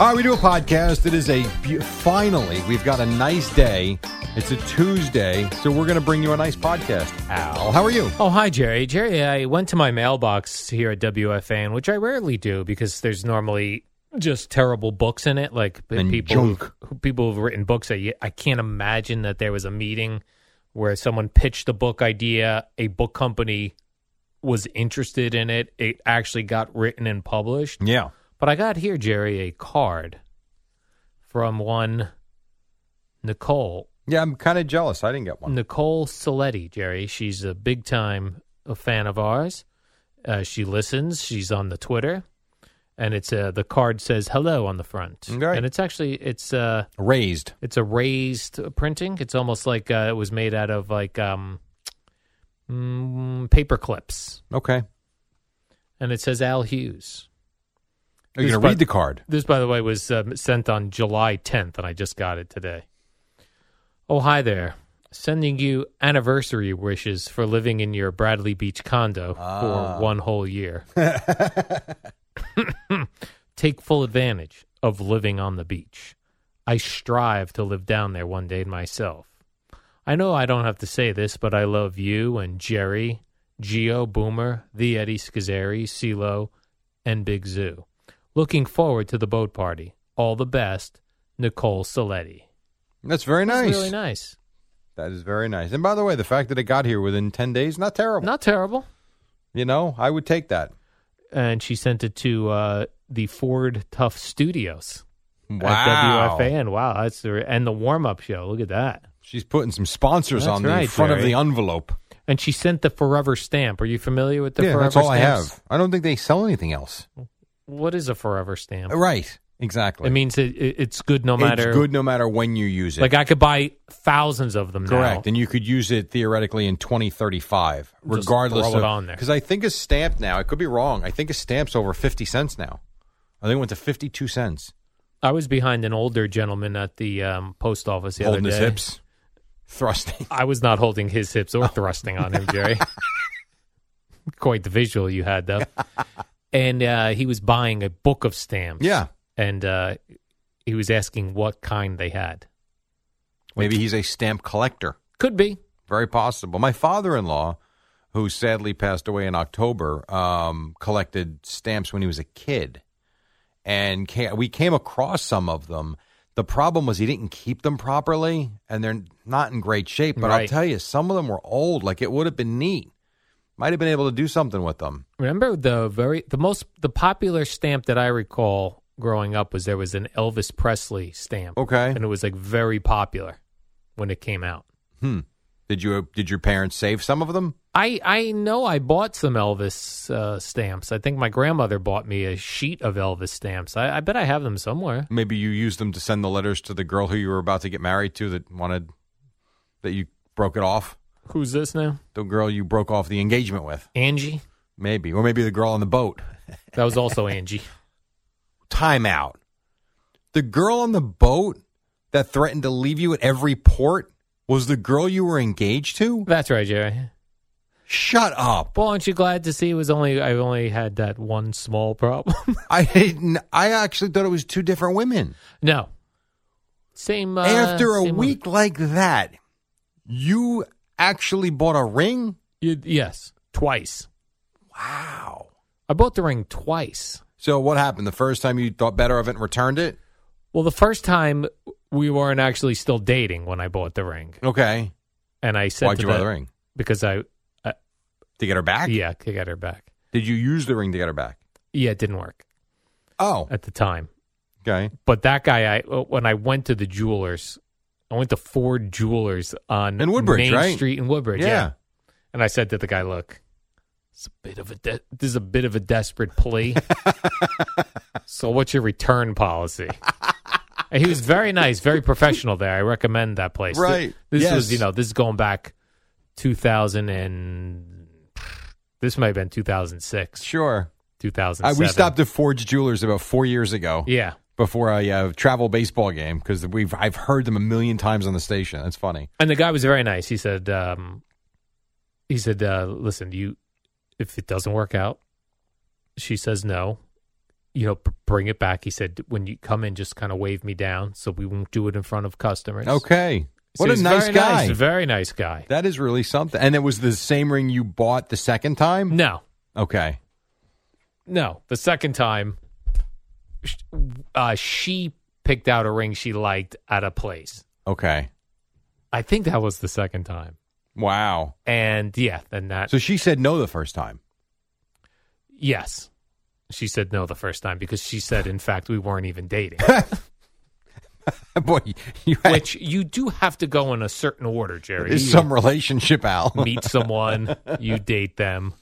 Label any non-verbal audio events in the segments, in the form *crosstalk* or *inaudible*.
All right, we do a podcast. It is a be- finally we've got a nice day. It's a Tuesday, so we're going to bring you a nice podcast. Al, how are you? Oh, hi, Jerry. Jerry, I went to my mailbox here at WFAN, which I rarely do because there's normally just terrible books in it, like the And people junk. who- people who've written books that you, I can't imagine that there was a meeting where someone pitched a book idea, a book company was interested in it, it actually got written and published. Yeah. But I got here, Jerry, a card from one Nicole. Yeah, I'm kind of jealous. I didn't get one. Nicole Saletti, Jerry. She's a big time uh, fan of ours. Uh, she listens. She's on the Twitter, and it's uh, the card says hello on the front, Okay. and it's actually it's uh, Raised. it's a raised printing. It's almost like uh, it was made out of like um, mm, paper clips, Okay. and it says Al Hughes. Are you This going bu- to read the card? This, by the way, was um, sent on July 10th, and I just got it today. Oh, hi there. Sending you anniversary wishes for living in your Bradley Beach condo for one whole year. *laughs* Take full advantage of living on the beach. I strive to live down there one day myself. I know I don't have to say this, but I love you and Jerry, Geo Boomer, the Eddie Scazzeri, CeeLo, and Big Zoo. Looking forward to the boat party. All the best, Nicole Saletti. That's very That's nice. Really nice. That is very nice. And by the way, the fact that it got here within 10 days, not terrible. Not terrible. You know, I would take that. And she sent it to uh, the Ford Tough Studios Wow. at WFAN. Wow, that's the, and the warm up show. Look at that. She's putting some sponsors That's on the right, front Jerry. of the envelope. And she sent the Forever stamp. Are you familiar with the yeah, Forever that's all I stamps? have. I don't think they sell anything else. What is a Forever stamp? Right. Exactly. It means it, it, it's good no matter. It's good no matter when you use it. Like I could buy thousands of them Correct, now. and you could use it theoretically in 2035, Just regardless throw it of on there. Because I think a stamp now, I could be wrong. I think a stamp's over 50 cents now. I think it went to 52 cents. I was behind an older gentleman at the um, post office the holding other day. his hips, thrusting. *laughs* I was not holding his hips Oh. or thrusting on him, Jerry. *laughs* Quite the visual you had, though. and uh, he was buying a book of stamps. Yeah, And uh, he was asking what kind they had. maybe he's a stamp collector. Could be. Very possible. My father-in-law, who sadly passed away in October, um, collected stamps when he was a kid, and ca we came across some of them. The problem was he didn't keep them properly, and they're not in great shape. But I'll Right. tell you, some of them were old. Like it would have been neat. Might have been able to do something with them. Remember the very the most the popular stamp that I recall growing up was there was an Elvis Presley stamp. Okay. And it was like very popular when it came out. Hmm. Did you did your parents save some of them? I, I know I bought some Elvis uh, stamps. I think my grandmother bought me a sheet of Elvis stamps. I, I bet I have them somewhere. Maybe you used them to send the letters to the girl who you were about to get married to that wanted that you broke it off. Who's this now? The girl you broke off the engagement with. Angie. Maybe. Or maybe the girl on the boat. That was *laughs* also Angie. Time out. The girl on the boat that threatened to leave you at every port was the girl you were engaged to? That's right, Jerry. Shut up. Well, aren't you glad to see it was only I only had that one small problem? *laughs* I didn't I actually thought it was two different women. no. Same uh, After a same week like that, you actually bought a ring? Y- yes, twice. Wow. I bought the ring twice. So what happened? The first time you thought better of it and returned it? Well, the first time we weren't actually still dating when I bought the ring, Okay. and I said, Why'd to you buy that- the ring? Because I, To get her back? yeah, I got her back. Did you use the ring to get her back? Yeah, it didn't work Oh. at the time. Okay. But that guy, I uh, when I went to the jewelers, I went to four jewelers on In Woodbridge, Main right? Street in Woodbridge. yeah. and I said to the guy, "Look, it's a bit of a de- this is a bit of a desperate *laughs* plea. so what's your return policy?" And he was very nice, very professional there. I recommend that place. Th- Right. This Yes. was, you know, this is going back 2000 and this might have been 2006, Sure. 2007. I, we stopped at Forge Jewelers about four years ago Yeah. before a uh, travel baseball game because we've I've heard them a million times on the station. That's funny. And the guy was very nice. He said, um, he said, uh, listen, you, if it doesn't work out, she says no, you know, b- bring it back. He said, when you come in, just kind of wave me down so we won't do it in front of customers. Okay. So What a he's nice very guy. very nice guy. That is really something. And it was the same ring you bought the second time? No, Okay. no. The second time, sh- uh, she picked out a ring she liked at a place. Okay. I think that was the second time. Wow. And yeah, then that. So she said no the first time. *laughs* Yes. She said no the first time because she said, in fact, we weren't even dating. Boy, you had Which you do have to go in a certain order, Jerry. is some relationship, Al. You meet someone, you date them,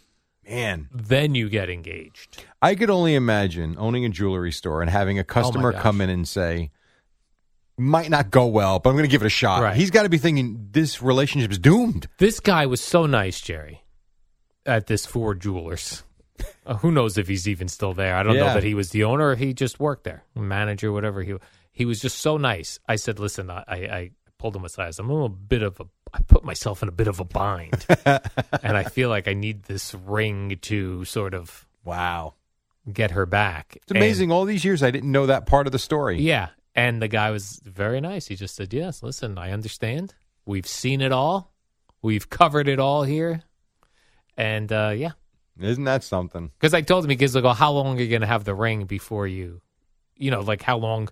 Man, then you get engaged. I could only imagine owning a jewelry store and having a customer Oh gosh. come in and say, might not go well, but I'm going to give it a shot. Right. He's got to be thinking, this relationship is doomed. This guy was so nice, Jerry, at this Ford *laughs* Jewelers. Uh, who knows if he's even still there? I don't know Yeah. that he was the owner or if he just worked there, manager, whatever he he was just so nice. I said, "Listen, I, I, I pulled him aside. I said, I'm a bit of a I put myself in a bit of a *laughs* bind, and I feel like I need this ring to sort of Wow. get her back. It's amazing. All these years, I didn't know that part of the story. Yeah. And the guy was very nice. He just said, Yes, listen, I understand. We've seen it all. We've covered it all here. And uh, yeah. Isn't that something? Because I told him, he goes, like, well, How long are you going to have the ring before you, you know, like how long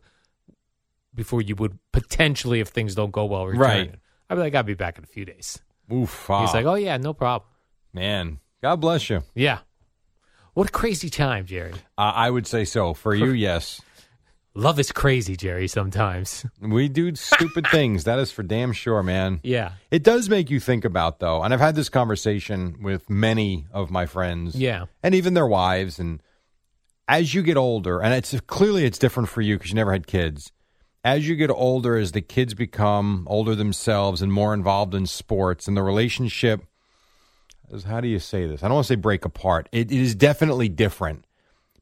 before you would potentially, if things don't go well, return Right. it?" I'd be like, I'll be back in a few days. Oof. ah, He's like, Oh, yeah, no problem. man, God bless you. Yeah. What a crazy time, Jerry. Uh, I would say so. For you, yes. Love is crazy, Jerry, sometimes. We do stupid *laughs* things. That is for damn sure, man. Yeah. It does make you think about, though, and I've had this conversation with many of my friends, Yeah. and even their wives. And as you get older, and it's clearly it's different for you because you never had kids. As you get older, as the kids become older themselves and more involved in sports, and the relationship is how do you say this? I don't want to say break apart. It, it is definitely different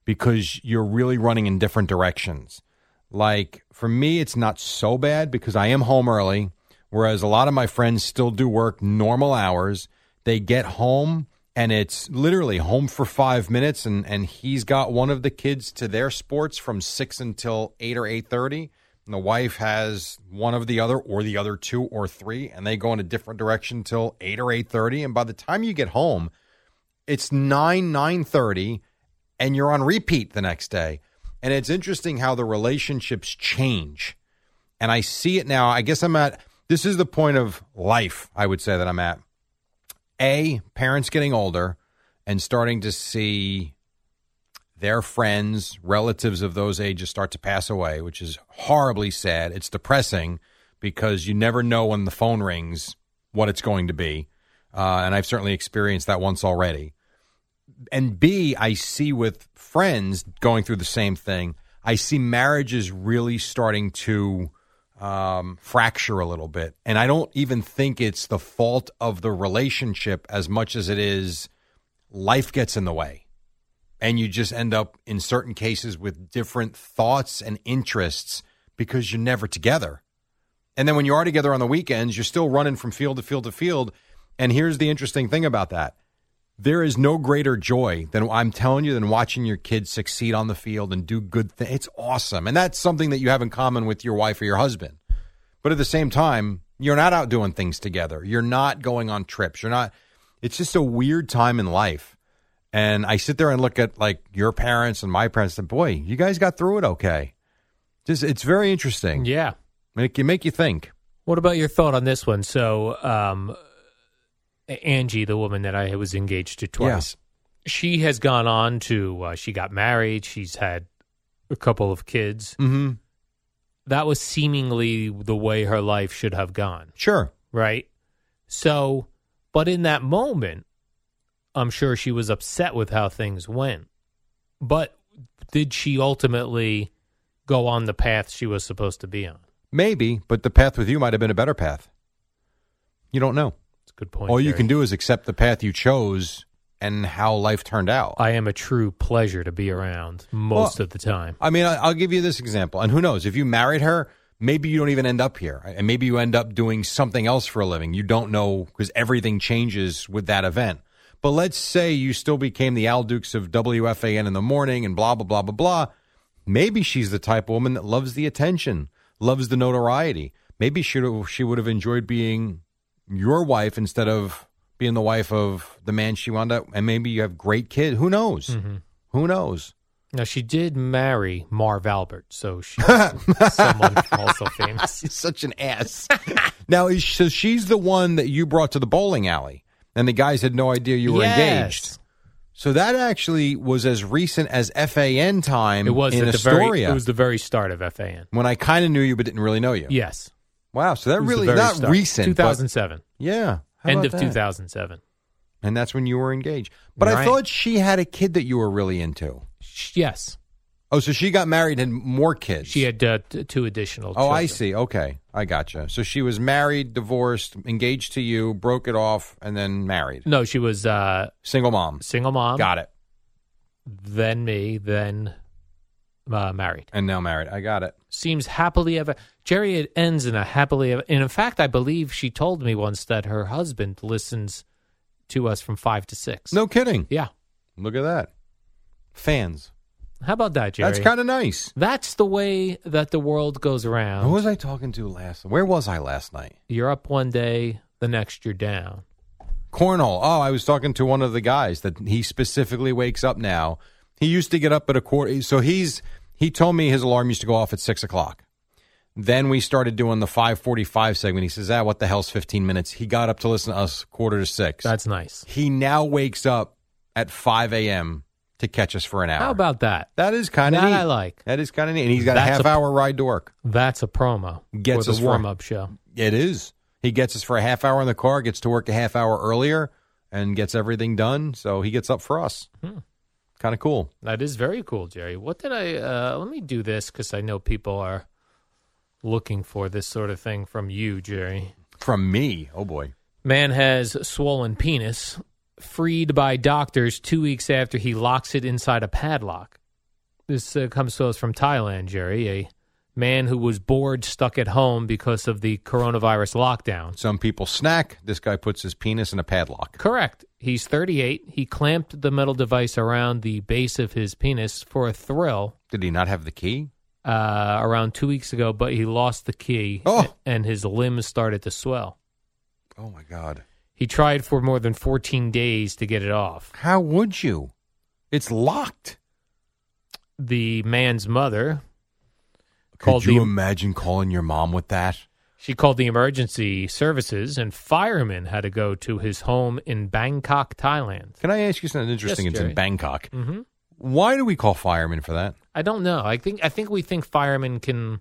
because you're really running in different directions. Like for me, it's not so bad because I am home early, whereas a lot of my friends still do work normal hours. They get home and it's literally home for five minutes, and and he's got one of the kids to their sports from six until eight or eight thirty. And the wife has one of the other or the other two or three, and they go in a different direction till eight or eight thirty. And by the time you get home, it's nine nine thirty and you're on repeat the next day. And it's interesting how the relationships change. And I see it now. I guess I'm at this is the point of life, I would say that I'm at. A, parents getting older and starting to see their friends, relatives of those ages start to pass away, which is horribly sad. It's depressing because you never know when the phone rings what it's going to be. Uh, and I've certainly experienced that once already and B, I see with friends going through the same thing. I see marriages really starting to um, fracture a little bit, and I don't even think it's the fault of the relationship as much as it is life gets in the way, and you just end up in certain cases with different thoughts and interests because you're never together. And then when you are together on the weekends, you're still running from field to field to field. And here's the interesting thing about that there is no greater joy than I'm telling you than watching your kids succeed on the field and do good things. It's awesome, and that's something that you have in common with your wife or your husband. But at the same time, You're not out doing things together. You're not going on trips. You're not. It's just a weird time in life. And I sit there and look at like your parents and my parents, and boy, you guys got through it okay. Just it's very interesting. Yeah. It can make you think. What about your thought on this one? So, um, Angie, the woman that I was engaged to twice, she has gone on to, uh, she got married, she's had a couple of kids. Mm-hmm. That was seemingly the way her life should have gone, Sure. right? So, but in that moment, I'm sure she was upset with how things went. But did she ultimately go on the path she was supposed to be on? Maybe, but the path with you might have been a better path. You don't know. It's a good point. All you Jerry. can do is accept the path you chose and how life turned out. I am a true pleasure to be around most of the time. I mean, I- I'll give you this example. And who knows? If you married her, maybe you don't even end up here. And maybe you end up doing something else for a living. You don't know because everything changes with that event. But let's say you still became the Al Dukes of WFAN in the morning and blah, blah, blah, blah, blah. Maybe she's the type of woman that loves the attention, loves the notoriety. Maybe she, she would have enjoyed being your wife instead of being the wife of the man she wound up. And maybe you have great kids. Who knows? Who knows? Now she did marry Marv Albert, so *laughs* she's someone also famous. She's such an ass. now, is- so she's the one that you brought to the bowling alley, and the guys had no idea you were engaged. Yes. So that actually was as recent as FAN time It was in at the Astoria. very. It was the very start of FAN. when I kind of knew you but didn't really know you. Yes, Wow. So that It was the really very not start. recent. but- 2007, yeah. How end about of that? 2007. And that's when you were engaged. But I Right. thought she had a kid that you were really into. Sh- Yes, Oh, so she got married and more kids. she had uh, t- two additional. Oh, I children. see. Okay, I gotcha. So she was married, divorced, engaged to you, broke it off, and then married. No, she was uh, Single mom. single mom. Got it. Then me. Then uh, married. And now married. I got it. Seems happily ever. Jerry, it ends in a happily ever. And in fact, I believe she told me once that her husband listens to us from five to six. No kidding. Yeah. Look at that. Fans. How about that, Jerry? That's kind of nice. That's the way that the world goes around. Who was I talking to last? Where was I last night? You're up one day, the next you're down. Cornhole. Oh, I was talking to one of the guys that he specifically wakes up now. He used to get up at a quarter. So he's he told me his alarm used to go off at six o'clock. Then we started doing the five forty five segment. He says, "Ah, what the hell's fifteen minutes?" He got up to listen to us quarter to six. That's nice. he now wakes up at five a.m. to catch us for an hour. How about that? that? Is kind of That neat. I like. That is kind of neat. And he's got That's a a- half hour ride to work. That's a promo Gets for us the for- warm up show. It is. He gets us for a half hour in the car, gets to work a half hour earlier, and gets everything done. So he gets up for us. Kind of cool. That is very cool, Jerry. What did I? Uh, let me do this because I know people are looking for this sort of thing from you, Jerry. From me. Oh, boy. Man has swollen penis, freed by doctors two weeks after he locks it inside a padlock. This uh, comes to us from Thailand, Jerry. A man who was bored, stuck at home because of the coronavirus lockdown. Some people snack. This guy puts his penis in a padlock. Correct. He's 38. He clamped the metal device around the base of his penis for a thrill Did he not have the key? uh, around two weeks ago, but he lost the key Oh. and his limbs started to swell. Oh, my God. He tried for more than 14 days to get it off. How would you? It's locked. The man's mother, Could Called you the- imagine calling your mom with that? she called the emergency services, and firemen had to go to his home in Bangkok, Thailand. Can I ask you something interesting? it's in Jerry. Bangkok. hmm Why do we call firemen for that? I don't know. I think I think we think firemen can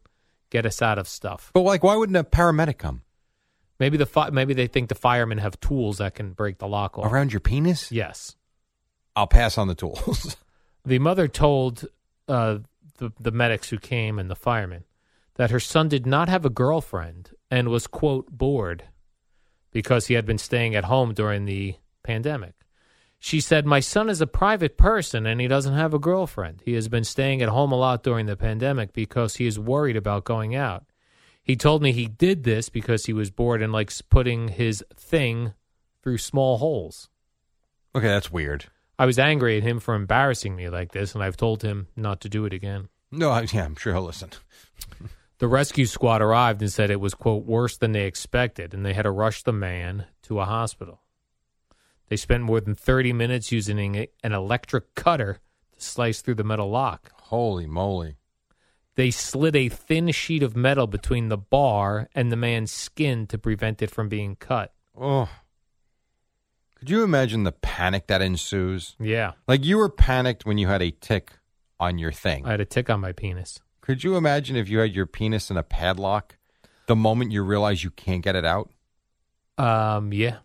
get us out of stuff. But, like, why wouldn't a paramedic come? Maybe the fi- maybe they think the firemen have tools that can break the lock off. Around your penis? Yes. I'll pass on the tools. *laughs* The mother told uh, the the medics who came and the firemen that her son did not have a girlfriend and was quote bored because he had been staying at home during the pandemic. She said, "My son is a private person and he doesn't have a girlfriend. He has been staying at home a lot during the pandemic because he is worried about going out. He told me he did this because he was bored and likes putting his thing through small holes." okay, that's weird. I was angry at him for embarrassing me like this, and I've told him not to do it again. No, I, yeah, I'm sure he'll listen. The The rescue squad arrived and said it was, quote, worse than they expected, and they had to rush the man to a hospital. They spent more than 30 minutes using a- an electric cutter to slice through the metal lock. Holy moly. They slid a thin sheet of metal between the bar and the man's skin to prevent it from being cut. Oh. Could you imagine the panic that ensues? Yeah. Like you were panicked when you had a tick on your thing. I had a tick on my penis. Could you imagine if you had your penis in a padlock the moment you realize you can't get it out? Um, yeah,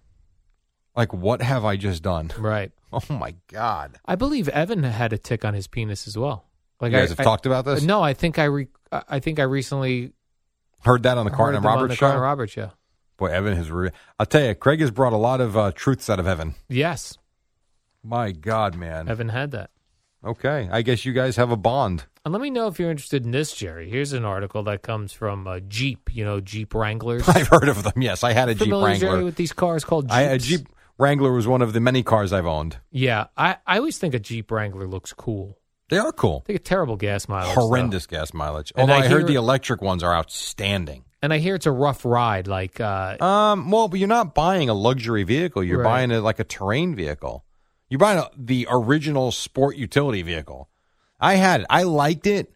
Like, what have I just done? *laughs* right. Oh my God. I believe Evan had a tick on his penis as well. Like you guys I, have I- talked about this? No, I think I re- I I think I recently Heard that on the heard Carton them and on Robert the show? Carton Robert show. Boy, Evan has. Re- I'll tell you, Craig has brought a lot of uh, truths out of Evan. Yes, My God, man. Evan had that. Okay. I guess you guys have a bond. *laughs* And let me know if you're interested in this, Jerry. Here's an article that comes from uh, Jeep. You know, Jeep Wranglers. I've heard of them. Yes, *laughs* I had a Jeep Familiar, Jerry, Wrangler. with these cars called Jeeps? I, a Jeep Wrangler was one of the many cars I've owned. Yeah, I, I always think a Jeep Wrangler looks cool. They are cool. They get terrible gas mileage. though. Horrendous gas mileage. And Although I I, heard hear- the electric ones are outstanding. And I hear it's a rough ride. Like, uh, Um, well, but you're not buying a luxury vehicle. You're Right. buying a, like a terrain vehicle. You're buying a, the original sport utility vehicle. I had it. I liked it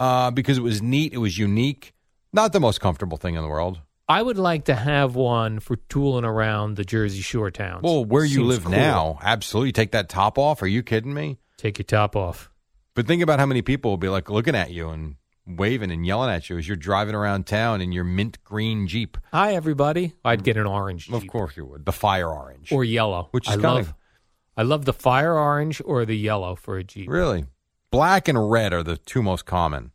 uh, because it was neat. It was unique. Not the most comfortable thing in the world. I would like to have one for tooling around the Jersey Shore towns. Well, where you Seems live cool. now, absolutely take that top off. Are you kidding me? Take your top off. But think about how many people will be like looking at you and waving and yelling at you as you're driving around town in your mint green Jeep. Hi, everybody. I'd get an orange. Of Jeep. course you would. The fire orange. Or yellow. Which is I kinda- love. I love the fire orange or the yellow for a Jeep. Really? Black and red are the two most common.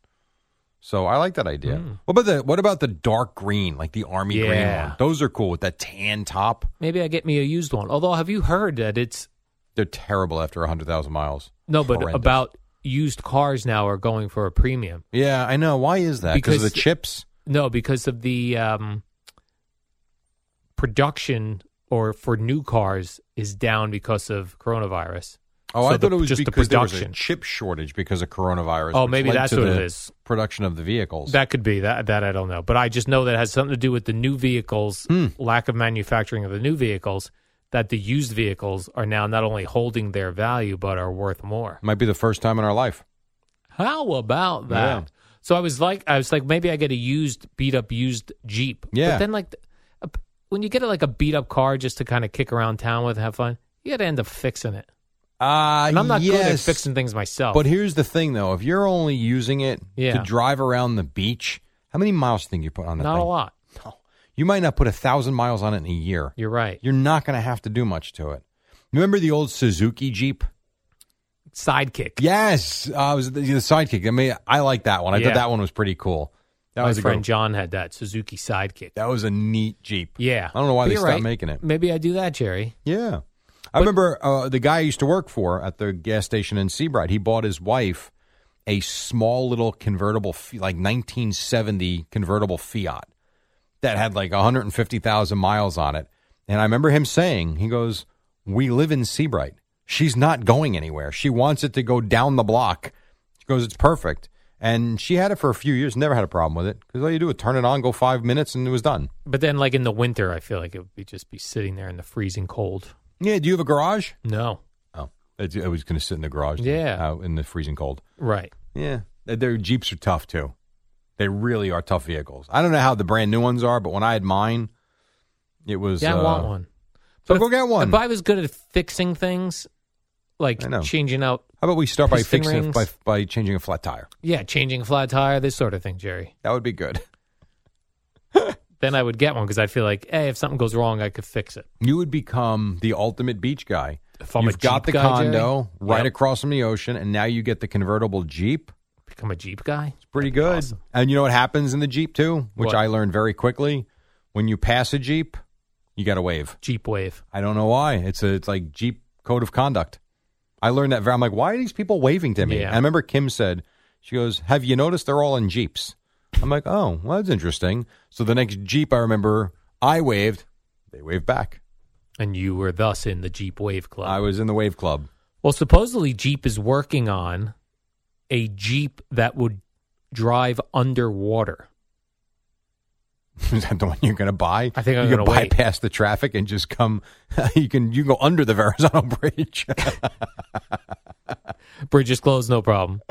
So I like that idea. What about the what about the dark green, like the army green Hmm. Yeah. one? Those are cool with that tan top. Maybe I get me a used one. Although, have you heard that it's They're terrible after 100,000 miles. no, but Horrendous. about used cars now are going for a premium. Yeah, I know. Why is that? Because of the Because- chips? No, because of the um, production or for new cars is down because of coronavirus. Oh, so I thought the- it was just the because there was a production. chip shortage because of coronavirus. Oh, which maybe led that's to what it the is. Production of the vehicles. That could be that. That I don't know, but I just know that has something to do with the new vehicles, Hmm. lack of manufacturing of the new vehicles. That the used vehicles are now not only holding their value but are worth more. Might be the first time in our life. How about that? Yeah. So I was like, I was like, maybe I get a used, beat up, used Jeep. Yeah. But then, like, a- when you get like a beat up car just to kind of kick around town with, have fun, you got to end up fixing it. Uh, And I'm not good at yes. fixing things myself. But here's the thing, though: if you're only using it Yeah. to drive around the beach, how many miles do you think you put on that not thing? a lot. You might not put a thousand miles on it in a year. You're right. You're not going to have to do much to it. Remember the old Suzuki Jeep? Sidekick. Yes, uh, it was the, the sidekick. I mean, I like that one. I Yeah. thought that one was pretty cool. That My was a friend good- John had that Suzuki Sidekick. That was a neat Jeep. Yeah. I don't know why But they you're stopped right. making it. Maybe I do that, Jerry. Yeah. I remember uh, the guy I used to work for at the gas station in Seabright. He bought his wife a small little convertible, Fi- like 1970 convertible Fiat that had like 150,000 miles on it. And I remember him saying, he goes, We live in Seabright. She's not going anywhere. She wants it to go down the block. She goes, It's perfect. And she had it for a few years, never had a problem with it because all you do is turn it on, go five minutes, and it was done. But then, like in the winter, I feel like it would be just be sitting there in the freezing cold. Yeah, do you have a garage? No. Oh, it, it was going to sit in the garage. then, Yeah. out in the freezing cold. Right. Yeah, their jeeps are tough too. They really are tough vehicles. I don't know how the brand new ones are, but when I had mine, it was. Yeah, I uh, want one. So But go if- get one. If I was good at fixing things, like I know. changing out, How about we start by Piston fixing it by rings. by changing a flat tire? yeah, changing a flat tire, this sort of thing, Jerry, That would be good. then I would get one because I feel like, hey, if something goes wrong, I could fix it. You would become the ultimate beach guy. If I'm a You've got Jeep the guy, condo Jerry? right Yep. across from the ocean, and now you get the convertible Jeep. Become a Jeep guy? It's pretty good. awesome. And you know what happens in the Jeep too, which What? I learned very quickly. When you pass a Jeep, you got to wave. Jeep wave. I don't know why. It's a, it's like Jeep code of conduct. I learned that. very- I'm like, why are these people waving to me? Yeah. And I remember Kim said, she goes, "Have you noticed they're all in Jeeps?" I'm like, oh, well, that's interesting. So the next Jeep, I remember, I waved. They waved back. And you were thus in the Jeep wave club. I was in the wave club. *laughs* well, supposedly Jeep is working on a Jeep that would drive underwater. Is that the one you're going to buy? I think I'm you can gonna wait. bypass the traffic and just come. *laughs* You can you can go under the Verrazano *laughs* Bridge. Bridge is closed, no *laughs* problem.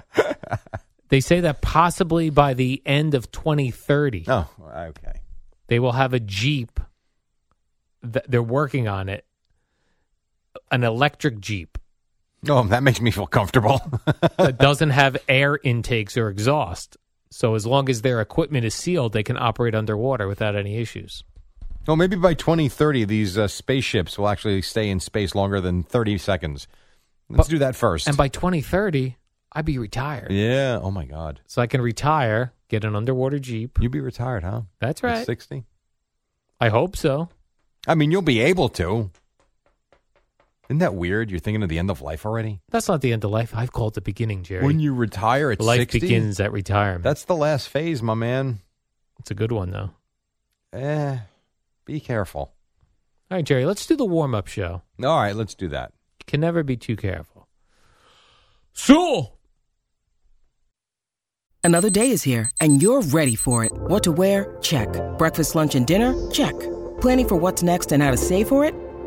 they say that possibly by the end of 2030, oh, okay. they will have a Jeep. That they're working on it, an electric Jeep No, that makes me feel comfortable. *laughs* that doesn't have air intakes or exhaust. So as long as their equipment is sealed, they can operate underwater without any issues. well, maybe by 2030, these uh, spaceships will actually stay in space longer than 30 seconds. Let's do that first. And by 2030, I'd be retired. yeah. Oh my God, So I can retire, get an underwater Jeep. you'd be retired, huh? That's At right. 60. I hope so. I mean, you'll be able to. Isn't that weird? You're thinking of the end of life already. That's not the end of life. I've called it beginning, Jerry. When you retire at life 60, begins at retirement. that's the last phase, my man. It's a good one, though. Eh, be careful. All right, Jerry, let's do the warm up show. All right, let's do that. You can never be too careful. Sewell! Another day is here, and you're ready for it. What to wear? Check. Breakfast, lunch, and dinner? Check. Planning for what's next and how to save for it?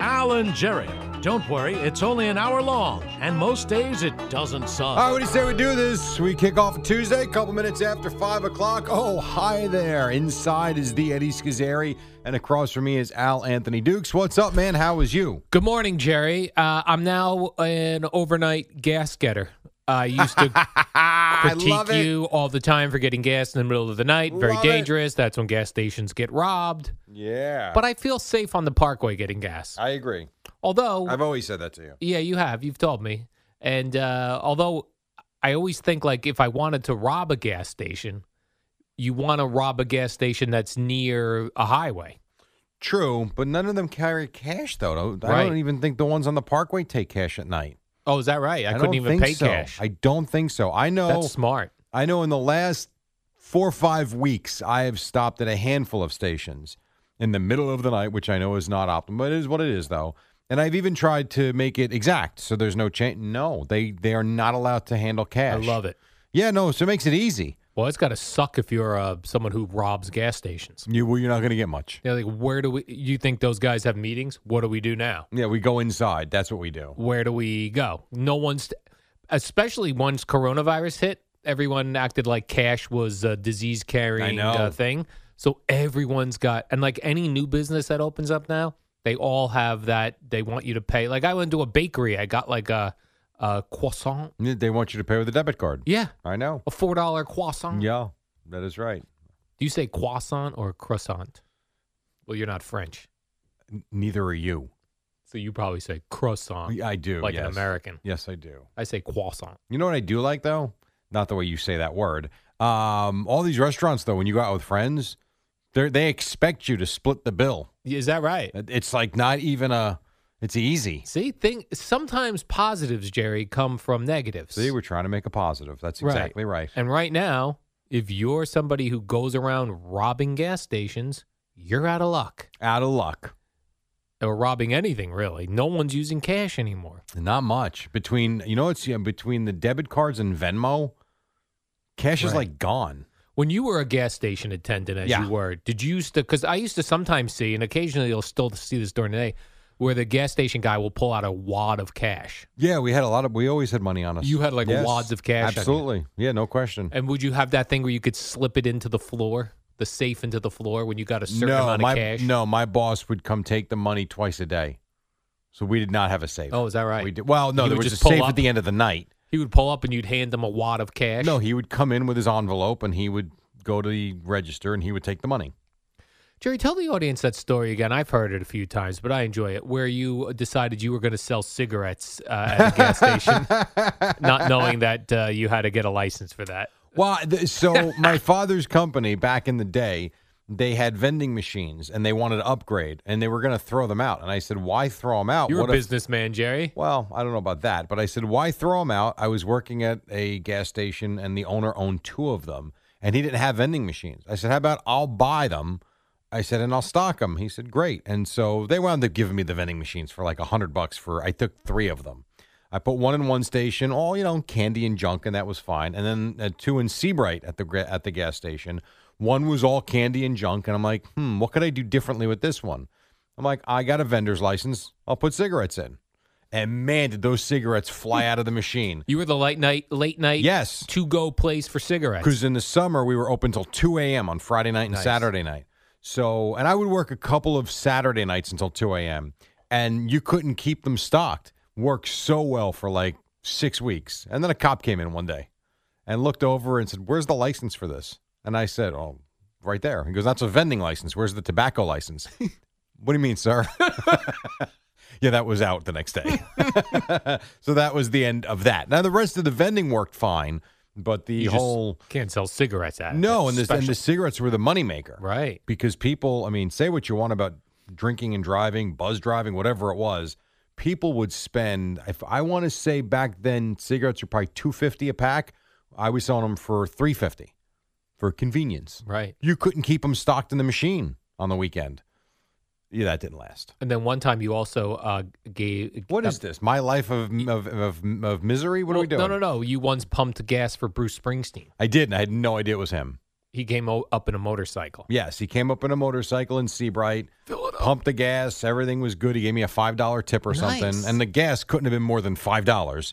Alan Jerry. Don't worry, it's only an hour long, and most days it doesn't All suck. right, what do you say we do this? We kick off Tuesday, couple minutes after 5 o'clock. Oh, hi there. Inside is the Eddie Schizzeri, and across from me is Al Anthony Dukes. What's up, man? How is you? Good morning, Jerry. Uh, I'm now an overnight gas getter. I used *laughs* to critique love it. you all the time for getting gas in the middle of the night. Very Love it. dangerous. That's when gas stations get robbed. Yeah. But I feel safe on the parkway getting gas. I agree. Although I've always said that to you. Yeah, you have. You've told me. And uh, although I always think like if I wanted to rob a gas station, you want to rob a gas station that's near a highway. True, but none of them carry cash, though. I Right. don't even think the ones on the parkway take cash at night. Oh, is that right? I, don't couldn't even think pay so. cash. I don't think so. I know. That's smart. I know in the last four or five weeks, I have stopped at a handful of stations in the middle of the night, which I know is not optimal, but it is what it is, though. And I've even tried to make it exact, so there's no change. No, they they are not allowed to handle cash. I love it. Yeah, no, so it makes it easy. Well, it's got to suck if you're uh, someone who robs gas stations. You well, you're not going to get much. They're like, where do we? You think those guys have meetings? What do we do now? Yeah, we go inside. That's what we do. Where do we go? No one's, especially once coronavirus hit, everyone acted like cash was a disease carrying I know. uh, thing. So everyone's got, and like any new business that opens up now, they all have that. They want you to pay. Like I went to a bakery, I got like a, a croissant. They want you to pay with a debit card. Yeah, I know. a four dollar croissant. Yeah, that is right. Do you say croissant or croissant? Well, you're not French, Neither are you. so you probably say croissant, I do. like an yes. American. Yes, I do. I say croissant. You know what I do like though? Not the way you say that word. Um, all these restaurants though, when you go out with friends, they they expect you to split the bill. Is that right? It- It's like not even a. It's easy. See, thing sometimes positives, Jerry, come from negatives. See, we're trying to make a positive. That's exactly right. And right now, if you're somebody who goes around robbing gas stations, you're out of luck. Out of luck. Or robbing anything really. No one's using cash anymore. Not much between you know it's yeah, between the debit cards and Venmo. Cash is Right. like gone. When you were a gas station attendant, as Yeah. you were, did you used to? Because I used to sometimes see, and occasionally you'll still see this during the day, where the gas station guy will pull out a wad of cash. Yeah, we had a lot of. We always had money on us. You had, like, wads of cash on you. Absolutely. Yeah, no question. And would you have that thing where you could slip it into the floor, the safe into the floor when you got a certain no, amount of my, cash? No, my boss would come take the money twice a day. So we did not have a safe. Oh, is that right? We did, well, no, You there would was just a pull safe up? at the end of the night. He would pull up and you'd hand him a wad of cash. No, he would come in with his envelope and he would go to the register and he would take the money. Jerry, tell the audience that story again. I've heard it a few times, but I enjoy it. Where you decided you were going to sell *laughs* cigarettes uh, at a gas station, not knowing that uh, you had to get a license for that. Well, *laughs* th- so my father's company back in the day, they had vending machines and they wanted to upgrade and they were going to throw them out. And I said, why throw them out? You're What a if- businessman, Jerry. Well, I don't know about that, but I said, why throw them out? I was working at a gas station and the owner owned two of them and he didn't have vending machines. I said, how about I'll buy them? I said, and I'll stock them. He said, great. And so they wound up giving me the vending machines for like a hundred bucks for, I took three of them. I put one in one station, all, you know, candy and junk, and that was fine. And then uh, two in Seabright at the, gra- at the gas station. One was all candy and junk. And I'm like, hmm, what could I do differently with this one? I'm like, I got a vendor's license. I'll put cigarettes in. And man, did those cigarettes fly out of the machine. You were the late night, late night, Yes. to go place for cigarettes. Because in the summer, we were open till 2 a.m. on Friday night and Nice. Saturday night. So, and I would work a couple of Saturday nights until 2 a.m. And you couldn't keep them stocked. Worked so well for like six weeks. And then a cop came in one day and looked over and said, Where's the license for this? And I said, Oh, right there. He goes, That's a vending license. Where's the tobacco *laughs* license? what do you mean, sir? yeah, that was out the next day. *laughs* so that was the end of that. Now, the rest of the vending worked fine, but the you just whole. can't sell cigarettes at it. No, and It's the, and the special. cigarettes were the moneymaker. right. Because people, I mean, say what you want about drinking and driving, buzz driving, whatever it was, people would spend, if I want to say back then cigarettes were probably 250 a pack, I was selling them for 350 for convenience. Right. You couldn't keep them stocked in the machine on the weekend. Yeah, that didn't last. And then one time you also uh, gave. What is uh, this? My life of of, of, of misery? What are we doing? No, no, no. You once pumped gas for Bruce Springsteen. I didn't. I had no idea it was him. He came o- up in a motorcycle. Yes, he came up in a motorcycle in Seabright, pumped the gas, everything was good. He gave me a five dollar tip or something, and the gas couldn't have been more than five dollars.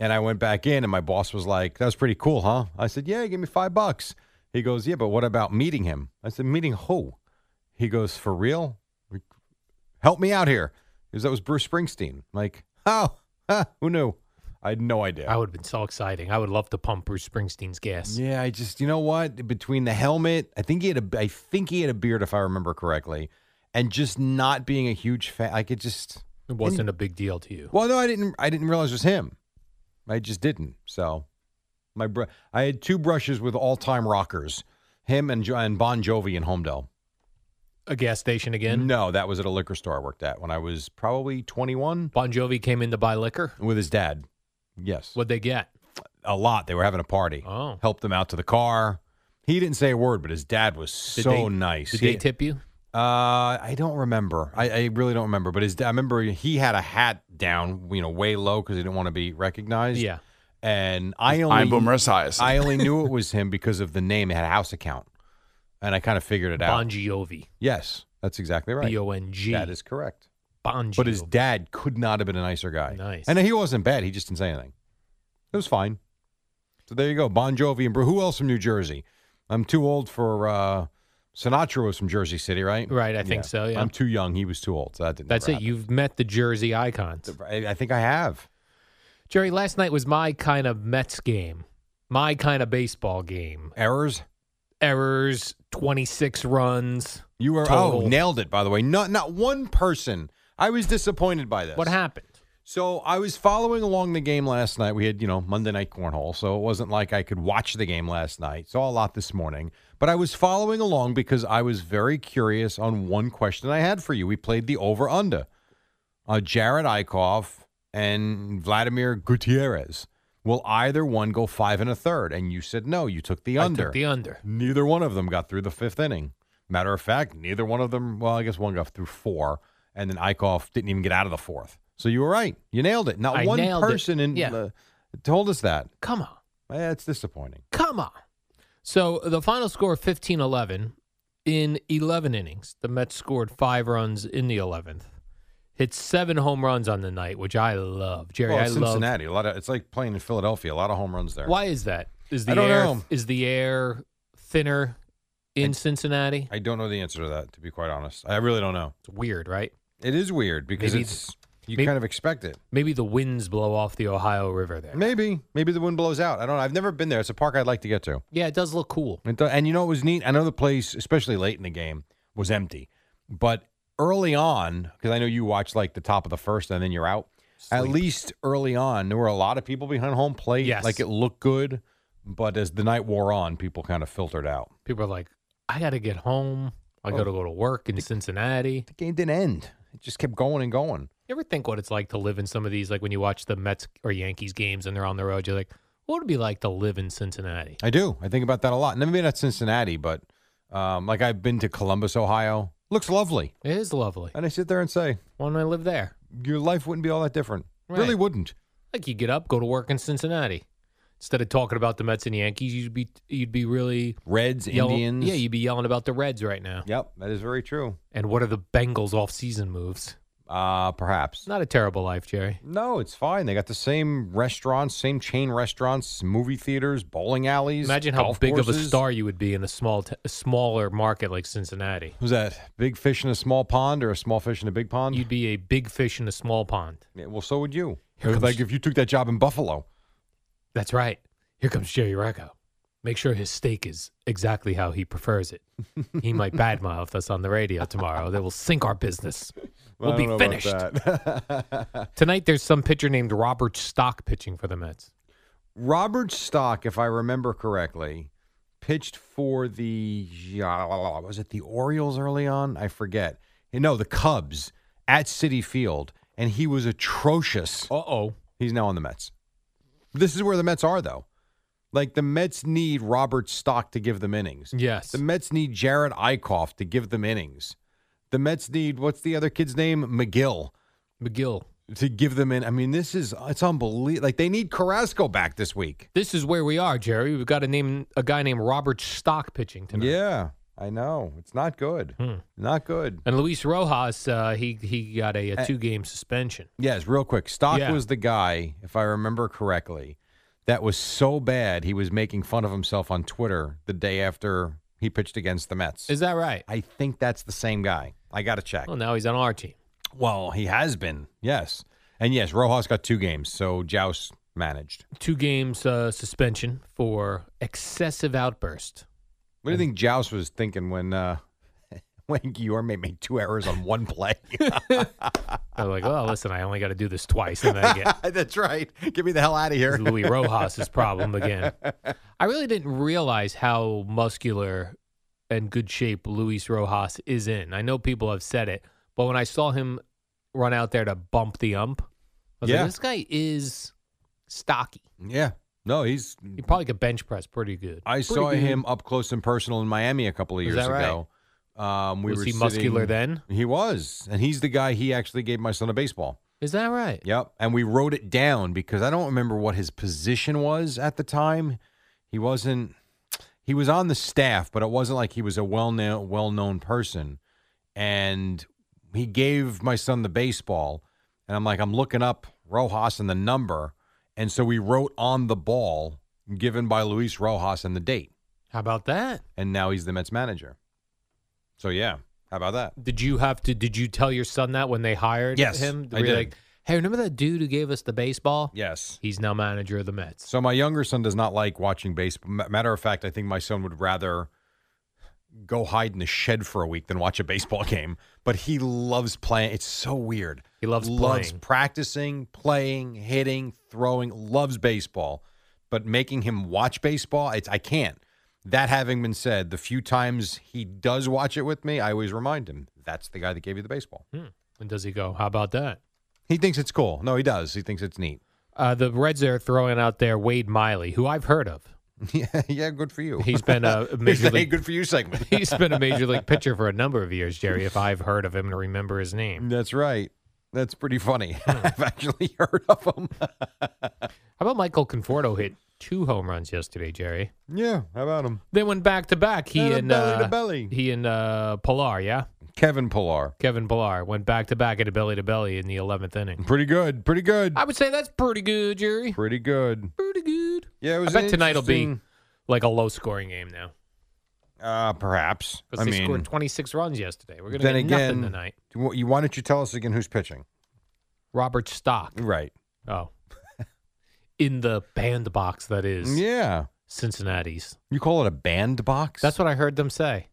And I went back in, and my boss was like, "That was pretty cool, huh?" I said, "Yeah, give me five bucks." He goes, "Yeah, but what about meeting him?" I said, "Meeting who?" He goes, "For real? Help me out here," because that was Bruce Springsteen. I'm like, oh, *laughs* huh, who knew? I had no idea. I would have been so exciting. I would love to pump Bruce Springsteen's gas. Yeah, I just you know what between the helmet, I think he had a I think he had a beard if I remember correctly, and just not being a huge fan, I could just It wasn't a big deal to you. well no I didn't I didn't realize it was him, I just didn't so my br- I had two brushes with all time rockers, him and jo- and Bon Jovi and Homedale. A gas station again. No, that was at a liquor store I worked at when I was probably twenty one Bon Jovi came in to buy liquor. with his dad. Yes, What'd they get? a lot. They were having a party. Oh. helped them out to the car. He didn't say a word, but his dad was Did so they- nice. Did He- they tip you? Uh, I don't remember. I, I really don't remember. But his, I remember he had a hat down, you know, way low because he didn't want to be recognized. Yeah. And I only I'm Boomer Esiason. I *laughs* only knew it was him because of the name. It had a house account, and I kind of figured it out. Bon Jovi. Yes, that's exactly right. B O N G. That is correct. Bon Jovi. But his dad could not have been a nicer guy. Nice. And he wasn't bad. He just didn't say anything. It was fine. So there you go. Bon Jovi and Bru. Who else from New Jersey? I'm too old for uh, Sinatra was from Jersey City, right? Right, I think so, yeah. I'm too young. He was too old. So that didn't. That's never it. You've met the Jersey icons. happen. I I think I have. Jerry, last night was my kind of Mets game, my kind of baseball game. Errors. Errors, 26 runs. You were oh Total. nailed it. By the way, not not one person. I was disappointed by this. What happened? So I was following along the game last night. We had, you know, Monday night cornhole, so it wasn't like I could watch the game last night. Saw a lot this morning, but I was following along because I was very curious on one question I had for you. We played the over under. Uh, Jared Eichhoff and Vladimir Gutierrez. Will either one go five and a third? And you said no. You took the I under. took the under. Neither one of them got through the fifth inning. Matter of fact, neither one of them, well, I guess one got through four, and then Eichhoff didn't even get out of the fourth. So you were right. You nailed it. Not I one nailed it. person in, Yeah. uh, told us that. Come on. Eh, it's disappointing. Come on. So the final score 15 11. In 11 innings, the Mets scored five runs in the 11th, hit seven home runs on the night, which I love. Jerry, Well, I love Cincinnati, a lot of it's like playing in Philadelphia, a lot of home runs there. Why is that? Is the I don't air know. is the air thinner in Cincinnati? I don't know the answer to that, to be quite honest. I really don't know. It's weird, right? It is weird because Maybe it's you maybe- kind of expect it. Maybe the winds blow off the Ohio River there. Maybe, maybe the wind blows out. I don't. know. I've never been there. It's a park I'd like to get to. Yeah, it does look cool. It do- and you know it was neat. I know the place, especially late in the game, was empty. But early on, because I know you watch like the top of the first and then you're out. At least early on, there were a lot of people behind home plate. Yes. Like it looked good. But as the night wore on, people kind of filtered out. People are like, I got to get home. I Oh. got to go to work in Cincinnati. The game didn't end. It just kept going and going. You ever think what it's like to live in some of these, like when you watch the Mets or Yankees games and they're on the road, you're like, what would it be like to live in Cincinnati? I do. I think about that a lot. And maybe not Cincinnati, but um, like I've been to Columbus, Ohio. Looks lovely. It is lovely. And I sit there and say, Why don't I live there? your life wouldn't be all that different. Right. Really wouldn't. Like you get up, go to work in Cincinnati. Instead of talking about the Mets and Yankees, you'd be you'd be really Reds, yell- Indians. Yeah, you'd be yelling about the Reds right now. Yep, that is very true. And what are the Bengals off-season moves? Uh, perhaps. It's not a terrible life, Jerry. No, it's fine. They got the same restaurants, same chain restaurants, movie theaters, bowling alleys. Imagine how golf big of a courses. star you would be in a small, t- a smaller market like Cincinnati. Who's that? Big fish in a small pond or a small fish in a big pond? You'd be a big fish in a small pond. Yeah, well, so would you. Here comes- Like if you took that job in Buffalo. That's right. Here comes Jerry Recco. Make sure his steak is exactly how he prefers it. He *laughs* might badmouth us on the radio tomorrow. That will sink our business. We'll I be don't know about finished. that. *laughs* Tonight, there's some pitcher named Robert Stock pitching for the Mets. Robert Stock, if I remember correctly, pitched for the was it the Orioles early on? I forget. No, the Cubs at City Field, and he was atrocious. Uh oh. He's now on the Mets. This is where the Mets are, though. Like the Mets need Robert Stock to give them innings. Yes. The Mets need Jared Eichhoff to give them innings. The Mets need what's the other kid's name? McGill McGill. to give them in. I mean, this is it's unbelievable. Like they need Carrasco back this week. This is where we are, Jerry. We've got a name, a guy named Robert Stock pitching tonight. Yeah, I know. It's not good. Hmm. Not good. And Luis Rojas, uh, he he got a, Uh, a two game suspension. Yes, real quick. Stock Yeah. was the guy, if I remember correctly, that was so bad he was making fun of himself on Twitter the day after he pitched against the Mets. Is that right? I think that's the same guy. I got to check. Well, now he's on our team. Well, he has been. Yes. And yes, Rojas got two games, so Joust managed. Two games uh, suspension for excessive outburst. What do you think Joust was thinking when uh *laughs* when Guillorme made two errors on one *laughs* play? I'm like, oh, listen, I only got to do this twice, and then I *laughs* get That's right. Get me the hell out of here. it's Luis Rojas's problem *laughs* again. I really didn't realize how muscular and good shape Luis Rojas is in. I know people have said it, but when I saw him run out there to bump the ump, I was Yeah. like, this guy is stocky. Yeah. No, he's He probably could bench press pretty good. Mm-hmm. I Pretty saw good. him up close and personal in Miami a couple of Is years that right? ago. Um, we Was were he muscular sitting- then? He was, and he's the guy. He actually gave my son a baseball. Is that right? Yep, and we wrote it down because I don't remember what his position was at the time. He wasn't. He was on the staff, but it wasn't like he was a well known well known person. And he gave my son the baseball, and I'm like, I'm looking up Rojas and the number, and so we wrote on the ball given by Luis Rojas and the date How about that? and now he's the Mets manager. So yeah, how about that? Did you have to? Did you tell your son that when they hired Yes, him? I Were you did. Like, hey, remember that dude who gave us the baseball? Yes. He's now manager of the Mets. So my younger son does not like watching baseball. Matter of fact, I think my son would rather go hide in the shed for a week than watch a baseball *laughs* game. But he loves playing. It's so weird. He loves loves playing. practicing, playing, hitting, throwing. Loves baseball, but making him watch baseball, it's I can't. That having been said, the few times he does watch it with me, I always remind him that's the guy that gave you the baseball. Hmm. And does he go? How about that? He thinks it's cool. No, he does. He thinks it's neat. *laughs* Uh, the Reds are throwing out there Wade Miley, who I've heard of. Yeah, yeah, good for you. He's been a *laughs* He's major the, hey, league. good for you segment. *laughs* He's been a major league pitcher for a number of years, Jerry. If I've heard of him and remember his name, That's right. That's pretty funny. *laughs* I've actually *laughs* heard of him. how about Michael Conforto hit two home runs yesterday, Jerry? yeah, how about him? They went back to back. He Yeah, and belly uh, to belly. He and uh, Pilar, yeah, Kevin Pillar. Kevin Pilar went back to back at a belly to belly in the eleventh inning. Pretty good. Pretty good. I would say that's pretty good, Jerry. Pretty good. Pretty good. Yeah, it I was. bet tonight will be interesting- like a low scoring game now uh, perhaps. I because they mean, scored twenty six runs yesterday. We're gonna then get again, nothing tonight. do you- you why don't you tell us again who's pitching? Robert Stock. Right. Oh. *laughs* In the bandbox that is Yeah. Cincinnati's. You call it a band box? That's what I heard them say.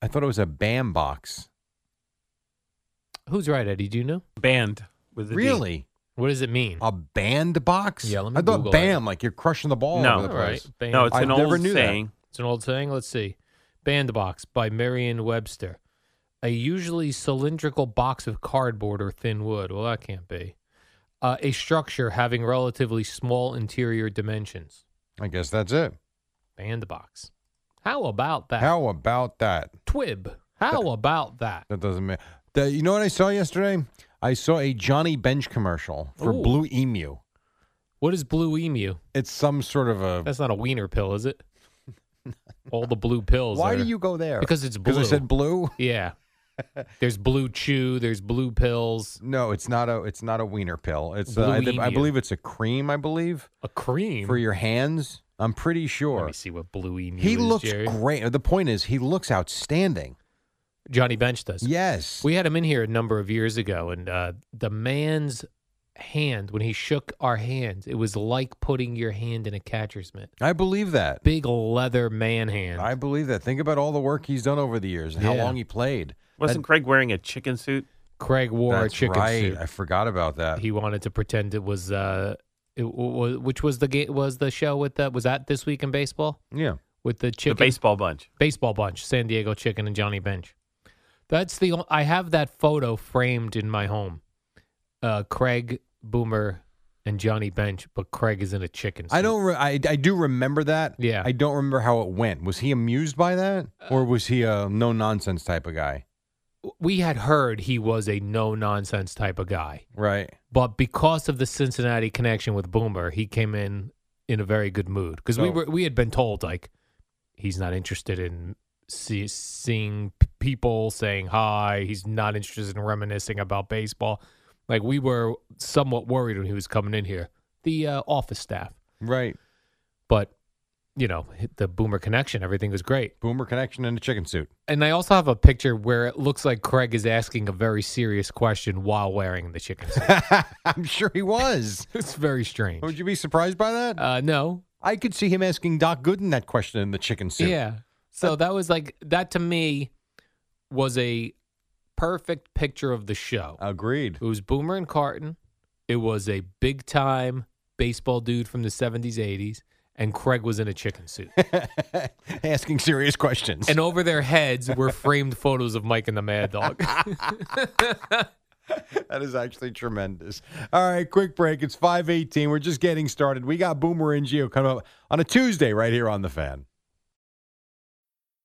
I thought it was a band box. Who's right, Eddie? Do you know? Band with the D. Really? What does it mean? A bandbox? Yeah, let me I thought Google it. bam, like you're crushing the ball No. over the All right. place. Band- No, it's I an never old knew that. saying. It's an old saying. Let's see. Bandbox by Merriam Webster. A usually cylindrical box of cardboard or thin wood. Well, that can't be. Uh, a structure having relatively small interior dimensions. I guess that's it. Bandbox. How about that? How about that? Twib. How about that? That doesn't matter. you know what I saw yesterday? I saw a Johnny Bench commercial for Ooh. Blue Emu. What is blue emu? It's some sort of a. That's not a wiener pill, *laughs* is it? All the blue pills. Why are- do you go there? Because it's Because I blue. said blue. *laughs* Yeah. There's blue chew. There's blue pills. No, it's not a. It's not a wiener pill. It's. Blue Uh, I, th- I Emu. believe it's a cream. I believe A cream. for your hands. I'm pretty Let sure. me see what blue emu He is, looks Jerry. great. The point is, he looks outstanding. Johnny Bench does. Yes. We had him in here a number of years ago, and uh, the man's hand, when he shook our hands, it was like putting your hand in a catcher's mitt. I believe that. Big leather man hand. I believe that. Think about all the work he's done over the years and how Yeah. long he played. Wasn't Craig wearing a chicken suit? Craig wore That's a chicken right. suit. I forgot about that. He wanted to pretend it was, uh, it was which was the ga- was the show with the was that this week in baseball yeah. with the chicken The baseball bunch. baseball bunch, San Diego Chicken and Johnny Bench. That's the o- I have that photo framed in my home. Uh, Craig Boomer and Johnny Bench, but Craig is in a chicken. I suit. don't. Re- I I do remember that. Yeah. Uh, I don't remember how it went. Was he amused by that, or was he a no nonsense type of guy? We had heard he was a no nonsense type of guy, Right. but because of the Cincinnati connection with Boomer, he came in in a very good mood because we So- were we had been told like he's not interested in see, seeing p- people saying hi. He's not interested in reminiscing about baseball. Like we were somewhat worried when he was coming in here, the uh, office staff. Right. But you know hit the Boomer connection, everything was great. Boomer connection and a chicken suit. *laughs* And I also have a picture where it looks like Craig is asking a very serious question while wearing the chicken suit. I'm sure he was. *laughs* it's very strange. Would you be surprised by that? Uh, no, I could see him asking Doc Gooden that question in the chicken suit. Yeah. So that was like that to me was a perfect picture of the show. Uh, Agreed. It was Boomer and Carton. It was a big time baseball dude from the 70s, 80s, and Craig was in a chicken *laughs* suit. *laughs* asking serious questions. and over their heads were framed photos of Mike and the Mad Dog. *laughs* That is actually tremendous. All right, quick break. It's 518. We're just getting started. We got Boomer and Geo coming up on a Tuesday right here on The Fan.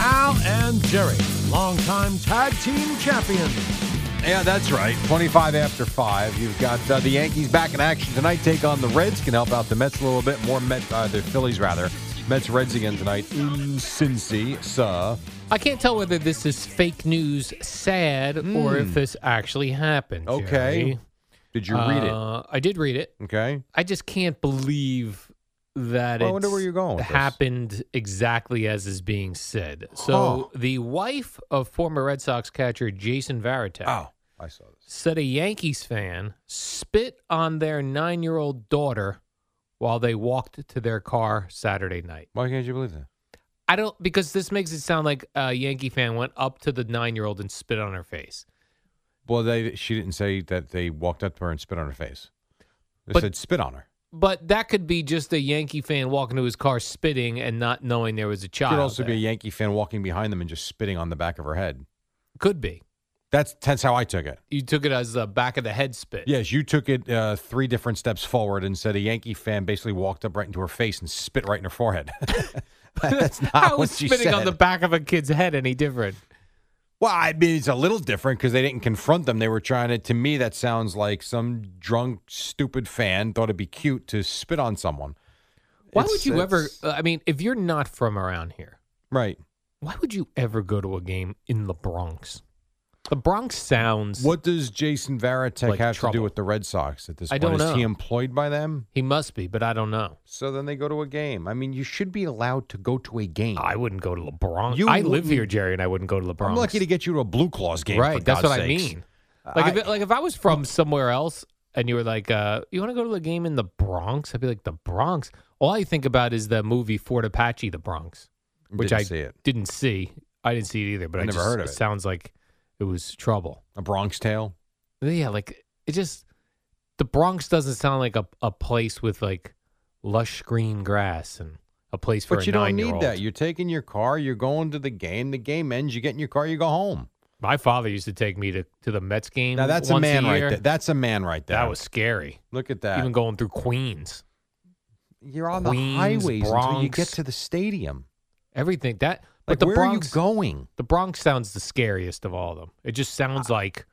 Al and Jerry, longtime tag team champions. Yeah, that's right. 25 after 5. You've got uh, the Yankees back in action tonight. Take on the Reds. Can help out the Mets a little bit. More Met, uh, the Phillies, rather. Mets Reds again tonight in Cincy. So, I can't tell whether this is fake news sad or if this actually happened. Hmm. Okay. Jerry. did you read it? Uh, I did read it. Okay. I just can't believe that Well, I wonder it's where you're going with this. happened exactly as is being said. So the wife of former Red Sox catcher Jason Varitek Oh, I saw this. said a Yankees fan spit on their nine-year-old daughter while they walked to their car Saturday night. Why can't you believe that? I don't because this makes it sound like a Yankee fan went up to the nine-year-old and spit on her face. Well, they she didn't say that they walked up to her and spit on her face. They But- said spit on her. But that could be just a Yankee fan walking to his car spitting and not knowing there was a child. Could also be a there. Yankee fan walking behind them and just spitting on the back of her head. could be. That's that's how I took it. You took it as the back of the head spit. *laughs* Yes, you took it uh, three different steps forward and said a Yankee fan basically walked up right into her face and spit right in her forehead. *laughs* that's not How what is she spitting on said. the back of a kid's head any different? Well, I mean, it's a little different because they didn't confront them. They were trying to. To me, that sounds like some drunk, stupid fan thought it'd be cute to spit on someone. Why It's- would you ever? uh, it's- I mean, if you're not from around here, Right. why would you ever go to a game in the Bronx? The Bronx sounds. What does Jason Varitek Like have to trouble. do with the Red Sox at this I point? don't Is know. he employed by them? He must be, but I don't know. So then they go to a game. I mean, you should be allowed to go to a game. I wouldn't go to the Bronx. You I live wouldn't- here, Jerry, and I wouldn't go to the Bronx. I'm lucky to get you to a Blue Claws game. Right, for that's God's what I sakes. mean. Like, if, I- it- like if I was from somewhere else and you were like, uh, you want to go to the game in the Bronx? I'd be like, the Bronx? All I think about is the movie Fort Apache, The Bronx, which Didn't I see it. didn't see. I didn't see it either, but I I, never just- heard of it. sounds like it was trouble. A Bronx Tale. Yeah, like it just the Bronx doesn't sound like a, a place with like lush green grass and a place for a But you don't need nine-year-old. that. You're taking your car. You're going to the game. The game ends. You get in your car. You go home. My father used to take me to, to the Mets game. Now that's a once man right year. there. That's a man right there. That was scary. look at that. Even going through Queens. You're on Queens, the highways until you Bronx. get to the stadium. Everything that Like but the where Bronx are you going? the Bronx sounds the scariest of all of them. It just Ah. sounds like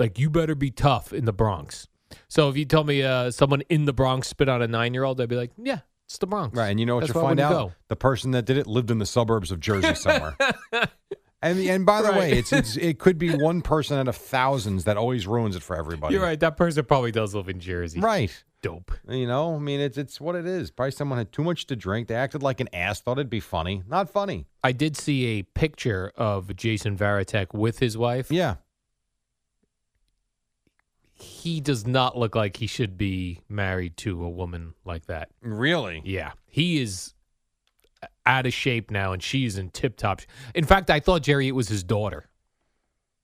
like you better be tough in the Bronx. So if you tell me uh, someone in the Bronx spit on a nine year old, I'd be like, Yeah, it's the Bronx. Right, and you know what That's you why I find out? wouldn't The person that did it lived in the suburbs of *laughs* Jersey somewhere. and and by the way, Right. it's, it's it could be one person out of thousands that always ruins it for Go. everybody. You're right. That person probably does live in Jersey. Right. Dope. You know, I mean, it's it's what it is. Probably someone had too much to drink. They acted like an ass. Thought it'd be funny. Not funny. I did see a picture of Jason Varitek with his wife. Yeah. He does not look like he should be married to a woman like that. Really? Yeah, he is out of shape now, and she's in tip top. sh- In fact, I thought Jerry it was his daughter.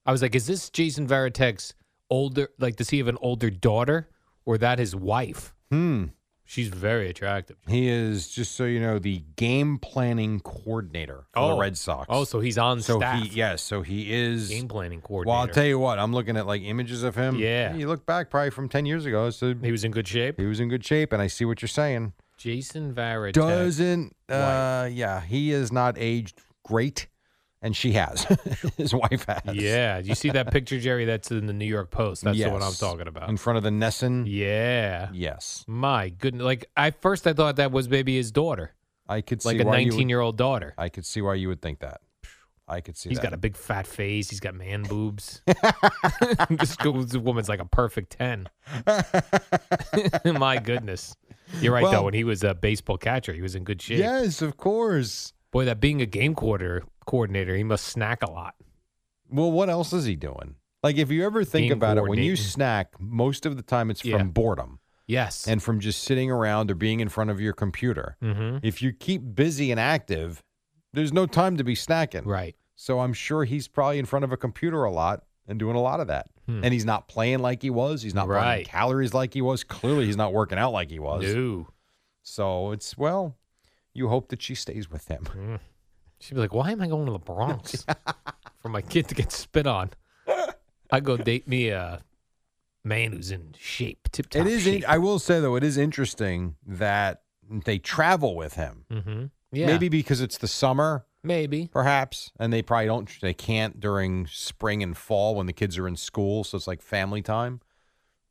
I was like, is this Jason Veritek's older? Like, does he have an older daughter, or that his wife? Hmm. She's very attractive. He is just so you know the game planning coordinator for the Red Sox. Oh, so he's on so staff. he yes, so he is game planning coordinator. Well, I'll tell you what, I'm looking at like images of him. Yeah. You look back probably from 10 years ago. So he was in good shape. he was in good shape, and I see what you're saying. Jason Varitek. Doesn't, uh, yeah, he is not aged great, and she has. *laughs* His wife has. Yeah, you see that picture, Jerry? That's in the New York Post. That's the one I'm Yes. talking about. In front of the Nesson. Yeah. Yes. My goodness. Like, I first I thought that was maybe his daughter. I could like see a why you would- 19 year old daughter. I could see why you would think that. I could see He's that. got a big fat face. He's got man *laughs* boobs. *laughs* this, go- this woman's like a perfect 10. *laughs* *laughs* My goodness. You're right, Well- though. When he was a baseball catcher, he was in good shape. Yes, of course. Boy, that being a game quarter coordinator, he must snack a lot. Well, what else is he doing? Like, if you ever think Game about it, when you coordinating. snack, most of the time it's Yeah. from boredom. Yes. and from just sitting around or being in front of your computer. hmm If you keep busy and active, there's no time to be *laughs* snacking. Right. So I'm sure he's probably in front of a computer a lot and doing a lot of that. Hmm. And he's not playing like he was. He's not burning Right. calories like he was. Clearly, he's not working out like he was. No. So it's, well, you hope that she stays with him. Mm, She'd be like, why am I going to the *laughs* Bronx for my kid to get spit on? I go date me a man who's in shape, tip top. It is, in, I will say, though, it is interesting that they travel with him. mm-hmm. Yeah. Maybe because it's the summer. Maybe. perhaps and they probably don't they can't during spring and fall when the kids are in school so it's like family time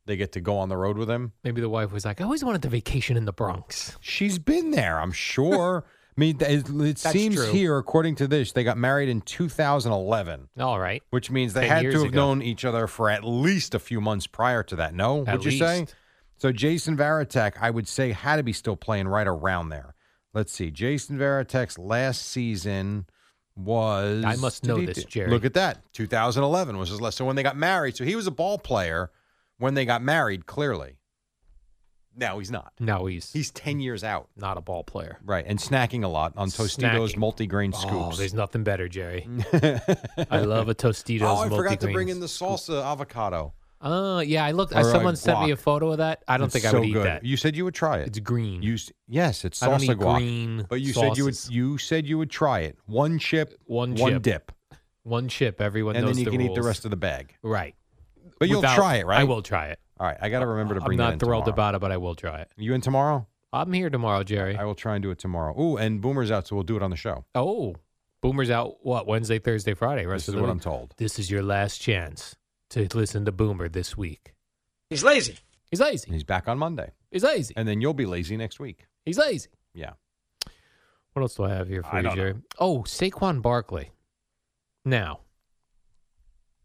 they get to go on the road with him Maybe the wife was like, I always wanted to vacation in the Bronx. she's been there *laughs* i'm sure i mean it, it That's seems true. here according to this they got married in 2011 All right. which means they Ten had to years have ago. known each other for at least a few months prior to that no At would you say least. so jason varitek i would say had to be still playing right around there let's see jason varitek's last season was I must did know he this, do- Jerry. look at that 2011 was his last so when they got married so he was a ball player when they got married clearly now he's not Now he's he's 10 years out not a ball player. right and snacking a lot on tostitos Snacking. multigrain Oh, there's *laughs* scoops nothing better, Jerry. I love a Tostitos. oh i forgot to bring multigrain in the salsa avocado Oh yeah, I looked. Or, uh, someone sent me guac. a photo of that. I don't It's think I so would eat good. that. You said you would try it. It's green. You s- yes, it's I don't salsa eat guac. green but you said you would sauces. you said you would try it. One chip, One chip. dip, One chip. Everyone and knows then you the can rules. eat the rest of the bag. Right, But you'll Without- try it, right? I will try it. All right, I got to remember to I'm bring. that not in thrilled tomorrow. about it, but I will try it. You in tomorrow? I'm here tomorrow, Jerry. I will try and do it tomorrow. Ooh, and Boomer's out, so we'll do it on the show. Oh, Boomer's out. What Wednesday, Thursday, Friday. Rest This of is the what week. I'm told. This is your last chance to listen to Boomer this week. He's lazy. He's back on Monday, He's lazy. He's lazy. and then you'll be lazy next week. He's lazy. Yeah, What else do I have here for Oh, I you, don't Jerry? Oh, Saquon Barkley. Now,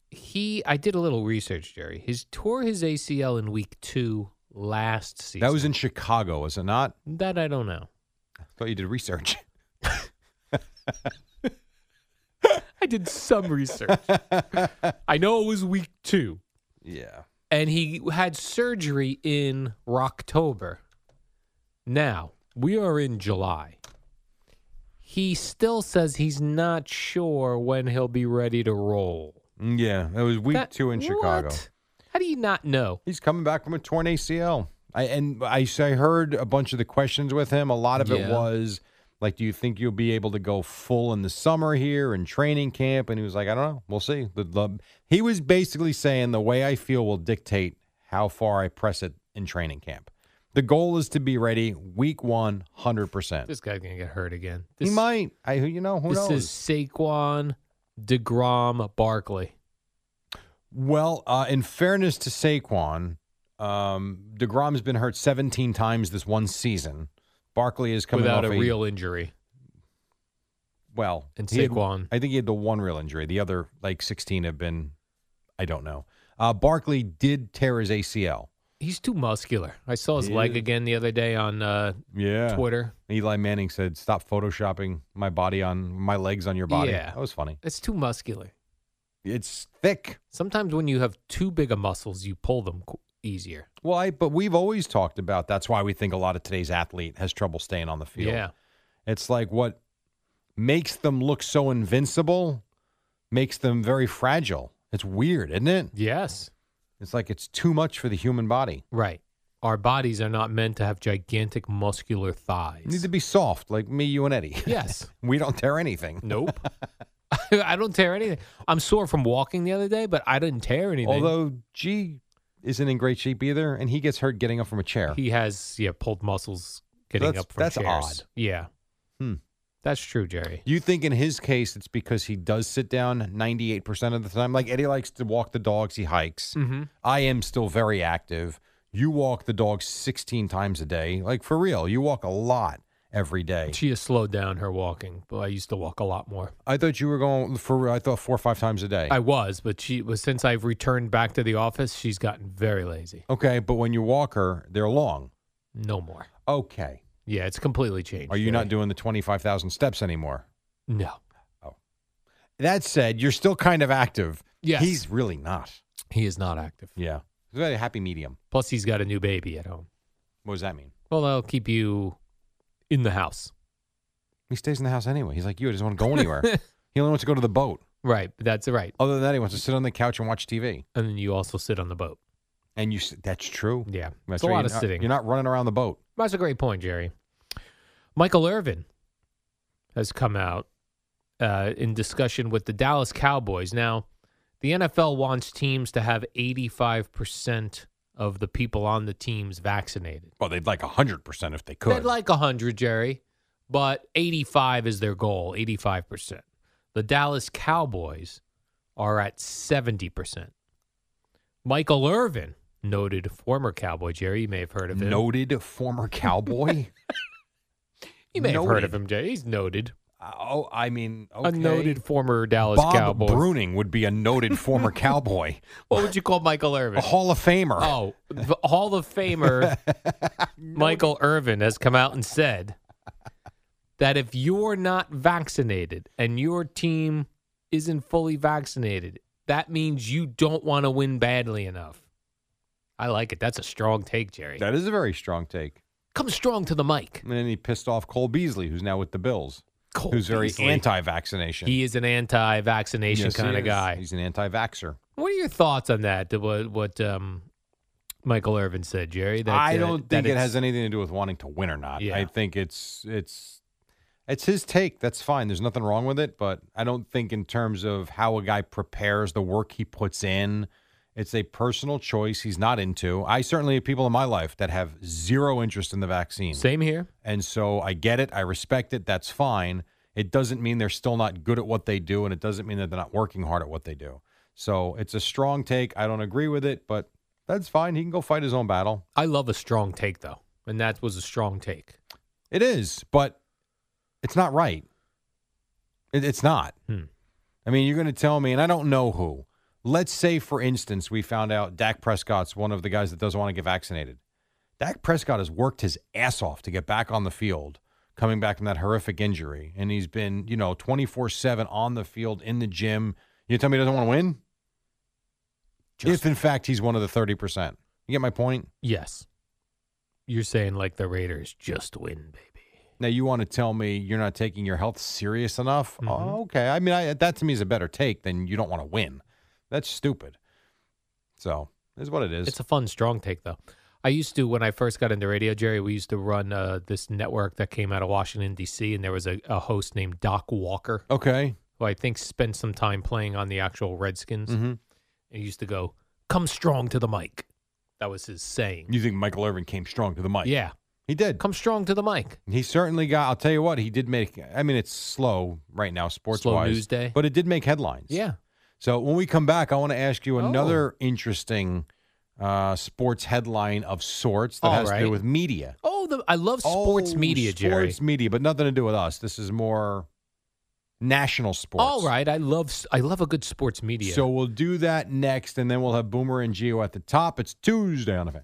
he, I did a little research, Jerry. His tore his ACL in week two last season. That was in Chicago, is it not? that I don't know. I thought you did research. *laughs* I did some *laughs* research. I know it was week two, Yeah. and he had surgery in Rocktober. Now we are in July. He still says he's not sure when he'll be ready to roll. Yeah. That was week That- two in what? Chicago. How do you not know? He's coming back from a torn ACL. I and I, so I heard a bunch of the questions with him. A lot of it Yeah. was like, "Do you think you'll be able to go full in the summer here in training camp?" And he was like, "I don't know. We'll see." The, the, he was basically saying the way I feel will dictate how far I press it in training camp. The goal is to be ready week one, hundred percent. This guy's gonna get hurt again. He This, might. I you know who this knows. is Saquon, Degrom, Barkley. Well, uh, in fairness to Saquon, um, Degrom's been hurt 17 times this one season. Barkley is coming without off a real injury. well, And he had- Saquon. I think he had the one real injury. The other like 16 have been, I don't know. Uh, Barkley did tear his ACL. He's too muscular. I saw his He leg is. again the other day on uh, Yeah. Twitter. Eli Manning said, "Stop photoshopping my body on my legs on your body." Yeah. That was funny. It's too muscular. It's thick. Sometimes when you have too big of muscles, you pull them qu- easier. Well, I, but we've always talked about that's why we think a lot of today's athlete has trouble staying on the field. Yeah. It's like what makes them look so invincible makes them very fragile. It's weird, isn't it? Yes. It's like it's too much for the human body. Right. Our bodies are not meant to have gigantic muscular thighs. You need to *laughs* be soft, like me, you, and Eddie. *laughs* *laughs* yes. we don't tear anything. *laughs* Nope. *laughs* I don't tear anything. I'm sore from walking the other day, but I didn't tear anything. Although G isn't in great shape either, and he gets hurt getting up from a chair. he has yeah pulled muscles getting That's- up from that's chairs. odd. Yeah. Hmm. That's true, Jerry. you think in his case it's because he does sit down 98% of the time? Like Eddie likes to walk the dogs, he hikes. Mm-hmm. I am still very active. You walk the dog 16 times a day. Like for real, you walk a lot every day. She has slowed down her walking, but I used to walk a lot more. I thought you were going for real. I thought four or five times a day. I was, but she was since I've returned back to the office, she's gotten very lazy. okay, but when you walk her, they're long. No more. Okay. Yeah, it's completely changed. Are you not Jerry. doing the 25,000 steps anymore? No. That said, you're still kind of active. Yes. He's really not. He is not active. Yeah. He's got a happy medium. Plus, he's got a new baby at home. What does that mean? Well, that'll keep you in the house. He stays in the house anyway. He's like you. He doesn't want to go *laughs* anywhere. he only wants to go to the boat. Right. That's right. Other than that, he wants to sit on the couch and watch TV. And then you also sit on the boat. And you, s- that's true. Yeah. That's it's a right. lot You're of not- sitting. You're not running around the boat. That's a great point, Jerry. Michael Irvin has come out uh, in discussion with the Dallas Cowboys. Now, the NFL wants teams to have 85% of the people on the teams vaccinated. Well, they'd like 100% if they could. They'd like 100, Jerry, but 85 is their goal, 85%. The Dallas Cowboys are at 70%. Michael Irvin, noted former Cowboy, Jerry, you may have heard of him. Noted former cowboy. *laughs* You may have heard of Noted. him, Jay. He's noted. oh, I mean, okay. A noted former Dallas Bob Cowboy. Bruning would be a *laughs* noted former cowboy, What would you call Michael a Irvin? Hall of Famer. oh, the Hall of Famer Michael Irvin has come out and said that if you're not vaccinated and your team isn't fully vaccinated, that means you don't want to win badly enough. I like it. That's a strong take, Jerry. That is a very strong take. Come strong to the mic. And then he pissed off Cole Beasley, who's now with the Bills, Cole who's very Beasley. anti-vaccination. He is an anti-vaccination Yes, he kind of is. guy. He's an anti-vaxxer. What are your thoughts on that? the- What what um, Michael Irvin said, Jerry? That, I uh, don't that think it it's- has anything to do with wanting to win or not. Yeah. I think it's it's it's his take. That's fine. There's nothing wrong with it, but I don't think in terms of how a guy prepares, the work he puts in, it's a personal choice he's not into. I certainly have people in my life that have zero interest in the vaccine. Same here. And so I get it. I respect it. That's fine. It doesn't mean they're still not good at what they do, and it doesn't mean that they're not working hard at what they do. So it's a strong take. I don't agree with it, but that's fine. He can go fight his own battle. I love a strong take though, and that was a strong take. It is, but it's not right. It, it's not. Hmm. I mean, you're going to tell me, and I don't know who, Let's say, for instance, we found out Dak Prescott's one of the guys that doesn't want to get vaccinated. Dak Prescott has worked his ass off to get back on the field, coming back from that horrific injury. And he's been, you know, 24 7 on the field, in the gym. You tell me he doesn't want to win? if, in fact, he's one of the 30%. You get my point? Yes. You're saying like the Raiders just win, baby. Now you want to tell me you're not taking your health serious enough? Mm-hmm. Oh, okay. I mean, I, that to me is a better take than you don't want to win. That's stupid. So it is what it is. It's a fun, strong take, though. I used to, when I first got into radio, Jerry, we used to run uh, this network that came out of Washington, D.C., and there was a, a host named Doc Walker, okay. who I think spent some time playing on the actual Redskins. Mhm. And he used to go, come strong to the mic. That was his saying. You think Michael Irvin came strong to the mic? Yeah. he did. Come strong to the mic. He certainly got. I'll tell you what, he did make. I mean, it's slow right now, sports wise. news day. but it did make headlines. Yeah. So when we come back, I want to ask you Oh. another interesting uh, sports headline of sorts that All has to do right. with media. Oh, the, I love sports Oh, media, Jerry. Sports media, but nothing to do with us. This is more national sports. All right, I love s- I love a good sports media. So we'll do that next, and then we'll have Boomer and Geo at the top. It's Tuesday on the fan.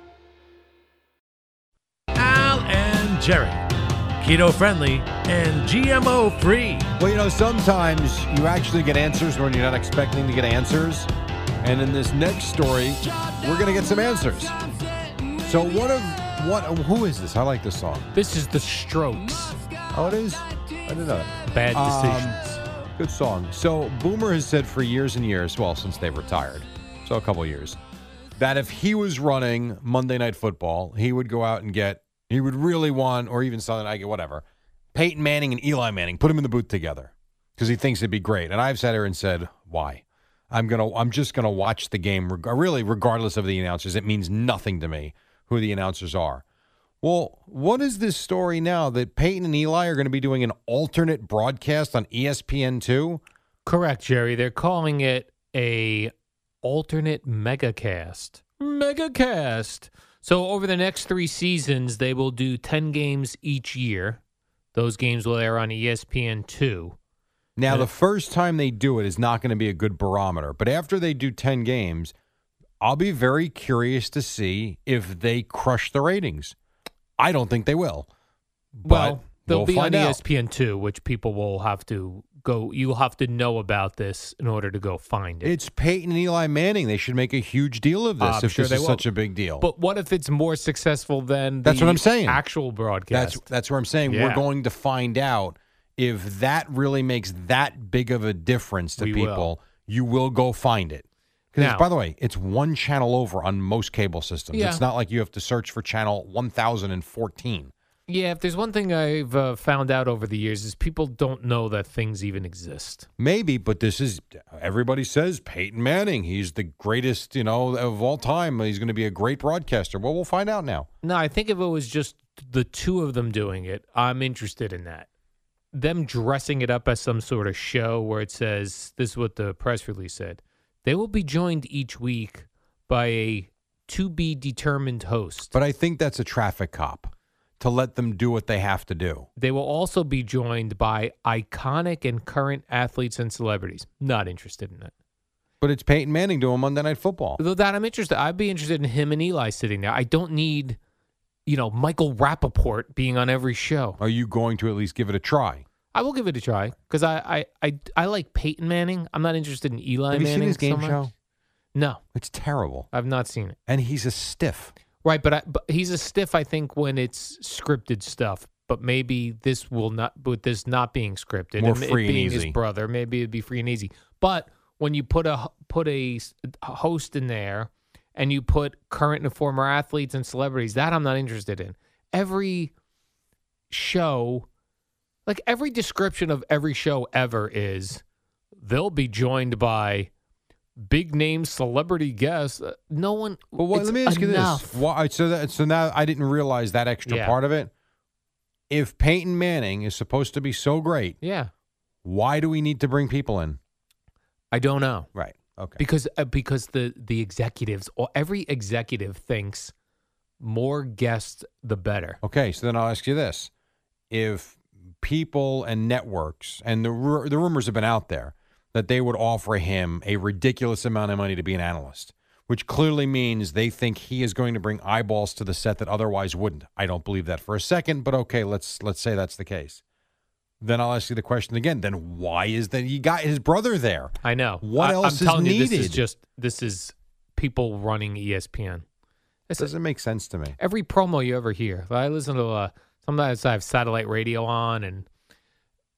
Al and Jerry. Keto friendly and GMO free. Well, you know, sometimes you actually get answers when you're not expecting to get answers. And in this next story, we're going to get some answers. So what of what? Who is this? I like this song. this is the Strokes. Oh, it is. I didn't know that. Bad Um, decisions. Good song. So Boomer has said for years and years, well, since they retired, so a couple years, that if he was running Monday Night Football, he would go out and get, he would really want, or even Sunday Night, whatever, Peyton Manning and Eli Manning, put him in the booth together because he thinks it'd be great. And I've sat here and said, why? I'm gonna, I'm just gonna watch the game, reg- really, regardless of the announcers. It means nothing to me who the announcers are. Well, what is this story now that Peyton and Eli are going to be doing an alternate broadcast on E ESPN2? Correct, Jerry. They're calling it a alternate megacast. Megacast. So over the next 3 seasons, they will do 10 games each year. Those games will air on E ESPN2. Now, the first time they do it is not going to be a good barometer, but after they do 10 games, I'll be very curious to see if they crush the ratings. I don't think they will. But well, they'll we'll be on E find out. ESPN2, which people will have to go you'll have to know about this in order to go find it. It's Peyton and Eli Manning. They should make a huge deal of this I'm if sure this they is will. such a big deal. But what if it's more successful than Oh. That's what the I'm saying. Actual broadcast. That's that's where I'm saying we're Yeah. going to find out if that really makes that big of a difference to We will. people. You will go find it. Because Now- by the way, it's one channel over on most cable systems. Yeah. It's not like you have to search for channel 1014. yeah. If there's one thing I've uh, found out over the years is people don't know that things even exist. Maybe, but this is everybody says Peyton Manning. He's the greatest, you know, of all time. He's going to be a great broadcaster. Well, we'll find out now. No, I think if it was just the two of them doing it, I'm interested in that. Them dressing it up as some sort of show where it says this is what the press release said. They will be joined each week by a to be determined host. But I think that's a traffic cop to let them do what they have to do. They will also be joined by iconic and current athletes and celebrities. Not interested in that. But it's Peyton Manning doing Monday Night Football. Though that I'm interested. I'd be interested in him and Eli sitting there. I don't need, you know, Michael Rappaport being on every show. Are you going to at least give it a try? I will give it a try because I, I, I, I like Peyton Manning. I'm not interested in Eli Have you Manning. seen his game so much. show? No, It's terrible. I've not seen it. And he's a stiff. Right, but, I, but he's a stiff. I think when it's scripted stuff. But maybe this will not. With this not being scripted, More and it free and being his easy. brother, maybe it'd be free and easy. But when you put a put a, s- a host in there, and you put current and former athletes and celebrities, that I'm not interested in. Every show, like every description of every show ever, is they'll be joined by big name celebrity guests. Uh, No one. But what, it's let me ask enough. you this: Why? So that so now I didn't realize that extra Yeah. part of it. If Peyton Manning is supposed to be so great, Yeah, why do we need to bring people in? I don't know. Right. Okay. because uh, because the the executives or every executive thinks more guests the better. Okay, so then I'll ask you this: If people and networks and the ru- the rumors have been out there that they would offer him a ridiculous amount of money to be an analyst, which clearly means they think he is going to bring eyeballs to the set that otherwise wouldn't. I don't believe that for a second, but okay, let's let's say that's the case. Then I'll ask you the question again. Then why is that he got his brother there? I know. What I, else I'm is telling you, this is needed? just this is people running E ESPN. This doesn't make sense to me. every promo you ever hear. I listen to uh, sometimes I have satellite radio on, and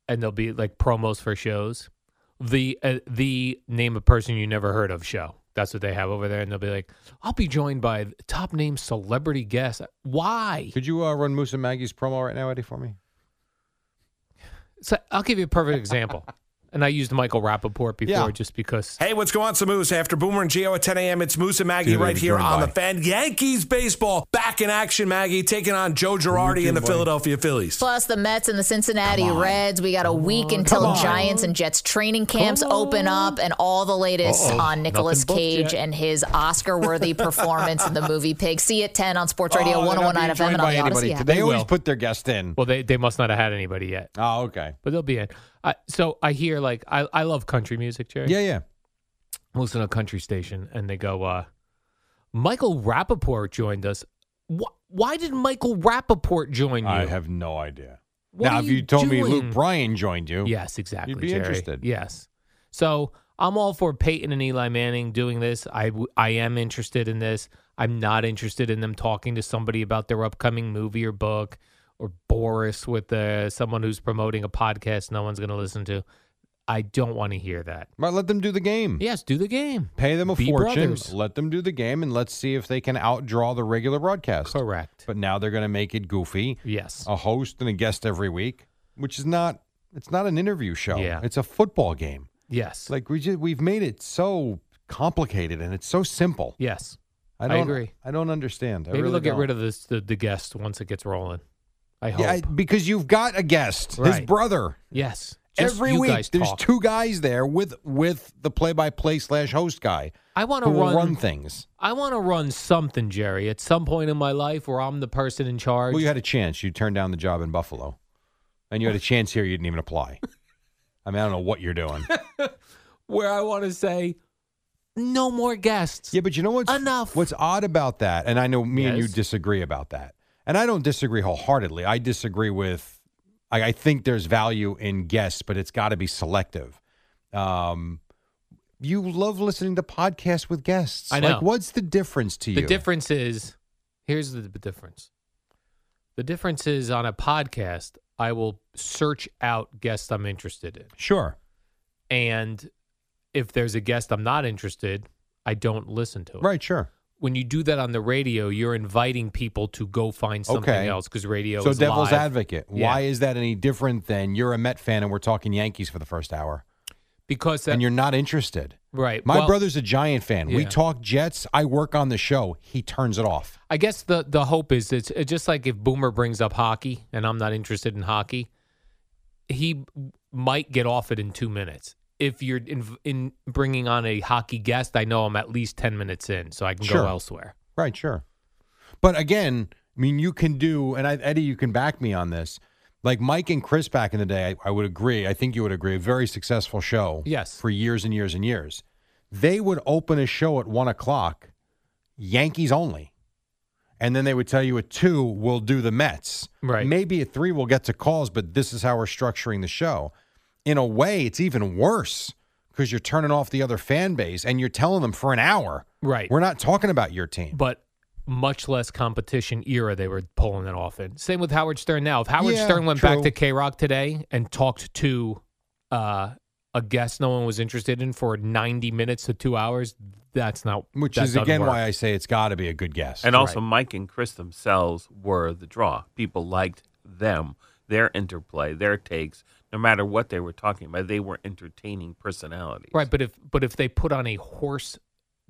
and there'll be like promos for shows. The uh, the name of person you never heard of show. That's what they have over there, and they'll be like, "I'll be joined by top name celebrity guests." Why? Could you uh, run Moose and Maggie's promo right now, Eddie, for me? So I'll give you a perfect example, and I used Michael Rappaport before Yeah. just because. Hey, what's going on, Samoose? After Boomer and Geo at 10 a.m., it's Moose and Maggie Dude, right it'd be here going on by. the fan. Yankees baseball back in action, Maggie, taking on Joe Girardi and the Philadelphia Phillies. Plus the Mets and the Cincinnati Reds. We got a week until Giants and Jets training camps open up and all the latest Uh-oh. on Nicolas Nothing booked Cage yet. and his Oscar worthy performance in the movie Pig. See you at 10 on Sports Radio Oh, they're not 1019 FM being and on joined the by Odyssey anybody. app. They always will. put their guest in. Well, they, they must not have had anybody yet, Oh, okay. but they'll be in. I, so I hear like I, I love country music, Jerry. Yeah, yeah. listen to a country station and they go, uh, Michael Rappaport joined us. Wh- why did Michael Rappaport join you? I have no idea. What now, are if you you told me Luke doing? Bryan joined you, yes, exactly. you'd be Jerry. interested. Yes. So I'm all for Peyton and Eli Manning doing this. I, w- I am interested in this. I'm not interested in them talking to somebody about their upcoming movie or book or Boris with uh, someone who's promoting a podcast no one's going to listen to. I don't want to hear that. But let them do the game. Yes, do the game. Hmm. Pay them a Be fortune. brothers. Let them do the game, and let's see if they can outdraw the regular *laughs* broadcast. Correct. But Oh, now they're going to make it goofy. Yes. A host and a guest every week, which is not. It's not an interview show. Yeah. It's a football game. Yes. Like we just, we've made it so complicated and it's so simple. Yes. I I don't agree. I don't understand. I Maybe really they'll get don't. rid of this, the, the guest once it gets rolling. I hope. Yeah, I- because you've got a guest, his Right. brother. yes. Just Every you week, guys there's talk. two guys there with with the play-by-play slash host guy. I want to who will run, run things. I want to run something, Jerry, at some point in my life where I'm the person in charge. Well, you had a chance. You turned down the job in Buffalo, *laughs* and you had a chance here. You didn't even apply. I mean, I don't know what *laughs* you're doing. where I want to say, no more guests. Yeah, but you know what's Enough. What's odd about that, and I know me and you Yes. disagree about that, and I don't disagree wholeheartedly. I disagree with. I, I think there's value in guests, but it's got to be selective. Um, you love listening to podcasts with guests. I know. Like, what's the difference to you? The difference is here's the b- difference. The difference is on a podcast, I will search out guests I'm interested in. Sure. And if there's a guest I'm not interested, I don't listen to it. Right. Sure. when you do that on the radio, you're inviting people to go find something Okay. else because radio so is devil's live. advocate. Yeah. Why is that any different than you're a Met fan and we're talking Yankees for the first hour Because that, and you're not interested? right. My well, brother's a Giant fan. We Yeah. talk Jets. I work on the show. He turns it off. I guess the the hope is it's, it's just like if Boomer brings up hockey and I'm not interested in hockey, he might get off it in two minutes. If you're in, in bringing on a hockey guest, I know I'm at least ten minutes in, so I can Sure. go elsewhere. Right, sure. But again, I mean, you can do, and I, Eddie, you can back me on this. Like Mike and Chris back in the day, I, I would agree. I think you would agree. A very successful show. Yes. For years and years and years. They would open a show at one o'clock, Yankees only. And then they would tell you at two, we'll do the Mets. Right. Maybe at three, we'll get to calls, but this is how we're structuring the show. In a way, it's even worse because you're turning off the other fan base and you're telling them for an hour, Right. we're not talking about your team. but much less competition era they were pulling it off in. Same with Howard Stern now. If Howard Yeah, Stern went true. back to K Rock today and talked to uh, a guest no one was interested in for 90 minutes to two hours, that's not Which that is doesn't again work. why I say it's got to be a good guess. And also, Mike and Chris themselves were the draw. People liked them. their interplay, their takes, no matter what they were talking about, they were entertaining personalities. Right, but if but if they put on a horse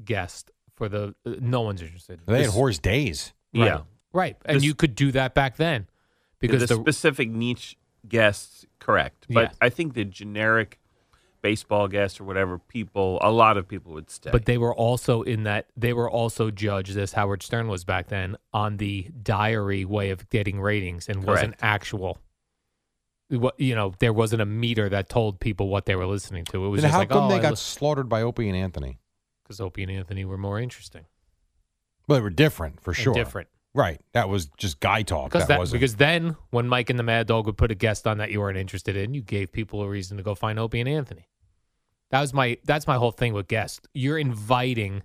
guest for the uh, no one's interested. They had This- horse days. Right. Yeah. right, and This- you could do that back then because the, the, specific niche guests, correct. But Yes. I think the generic baseball guests or whatever people, a lot of people would stay. but they were also in that they were also judged as Howard Stern was back then on the diary way of getting ratings and wasn't actual. What you know, there wasn't a meter that told people what they were listening to. It was Then just how like, come oh, they got slaughtered by Opie and Anthony? because Opie and Anthony were more interesting. Well, they were different for And sure. different. right? That was just guy talk. Because that, that, wasn't. because then when Mike and the Mad Dog would put a guest on that you weren't interested in, you gave people a reason to go find Opie and Anthony. That was my that's my whole thing with guests. You're inviting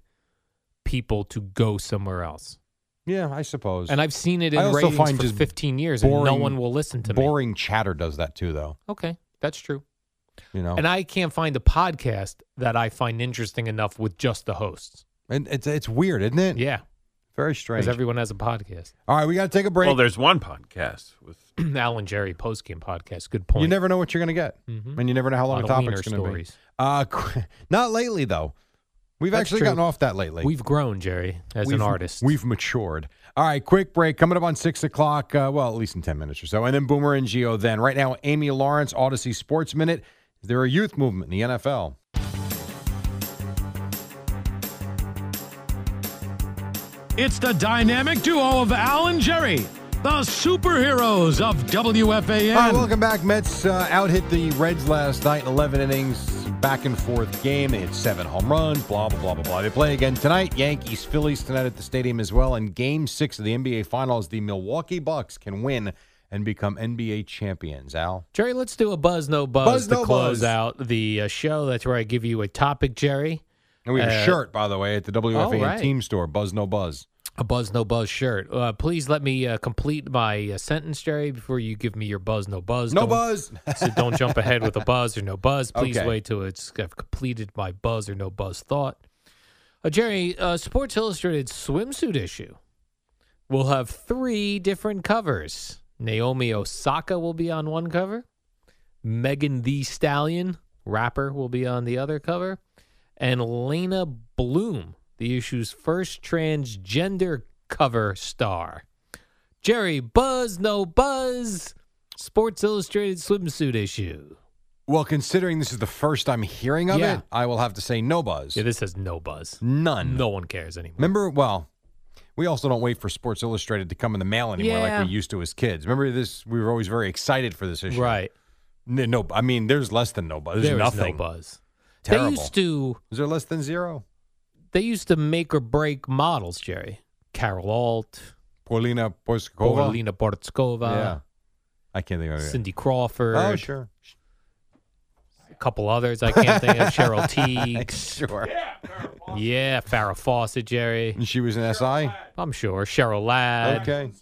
people to go somewhere else, yeah, I suppose. and I've seen it in I also ratings find for just 15 years, and no boring- one will listen to me. boring chatter does that too, though. Okay, that's true. You know, And I can't find a podcast that I find interesting enough with just the hosts. and it's it's weird, isn't it? Yeah, Very strange. because everyone has a podcast. *clears throat* All right, we got to take a break. well, there's one podcast with Alan Jerry postgame podcast. Good point. You never know what you're going to get, Mhm. and you never know how long Lot a of topic's wiener going to be. stories. Uh, *laughs* qu- not lately though. We've That's actually true. gotten off that lately. We've grown, Jerry, as an We've- artist. We've matured. All right, quick break. Coming up on six o'clock. Uh, well, at least in ten minutes or so, and then Boomer and Geo. Then right now, Amy Lawrence, Odyssey Sports Minute. Is there a youth movement in the NFL? It's the dynamic duo of Al and Jerry, the superheroes of WFAN. All right, welcome back. Mets uh, out hit the Reds last night, 11 innings, back and forth game. They hit seven home runs, blah, blah, blah, blah, blah. They play again tonight. Yankees, Phillies tonight at the stadium as well. And game six of the NBA Finals, the Milwaukee Bucks can win and become NBA champions. Al? Jerry, let's do a buzz no buzz Buzz, to no close buzz. out the uh, show. That's where I give you a topic, Jerry. And we have a Uh, shirt, by the way, at the WFAN all right. team store. Buzz no buzz. A buzz no buzz shirt. Uh, please let me uh, complete my uh, sentence, Jerry, before you give me your buzz no buzz. No Don't- *laughs* buzz. so don't jump ahead with a buzz or no buzz. Please Okay. wait till it's I've completed my buzz or no buzz thought. Uh, Jerry, uh, Sports Illustrated swimsuit issue will have three different covers. Naomi Osaka will be on one cover. Megan the Stallion, rapper, will be on the other cover, and Lena Bloom, the issue's first transgender cover star. Jerry, buzz, no buzz. Sports Illustrated swimsuit issue. Well, considering this is the first I'm hearing of Yeah. it, I will have to say no buzz. Yeah, this has no buzz. None. No one cares anymore. Remember, well, we also don't wait for Sports Illustrated to come in the mail anymore Yeah. like we used to as kids. Remember this? We were always very excited for this issue. Right. N- No, I mean, there's less than no buzz. There's There is nothing. no buzz. Terrible. They used to Is there less than zero? they used to make or break models, Jerry. Carol Alt, Paulina Poskova. Paulina Bortskova, Yeah. I can't think of it. Cindy Crawford, Oh, sure. a couple others I can't think of. *laughs* Cheryl Teague. Sure. Yeah, Farrah Fawcett, Jerry. And she was an SI? I'm sure. Cheryl Ladd, Okay.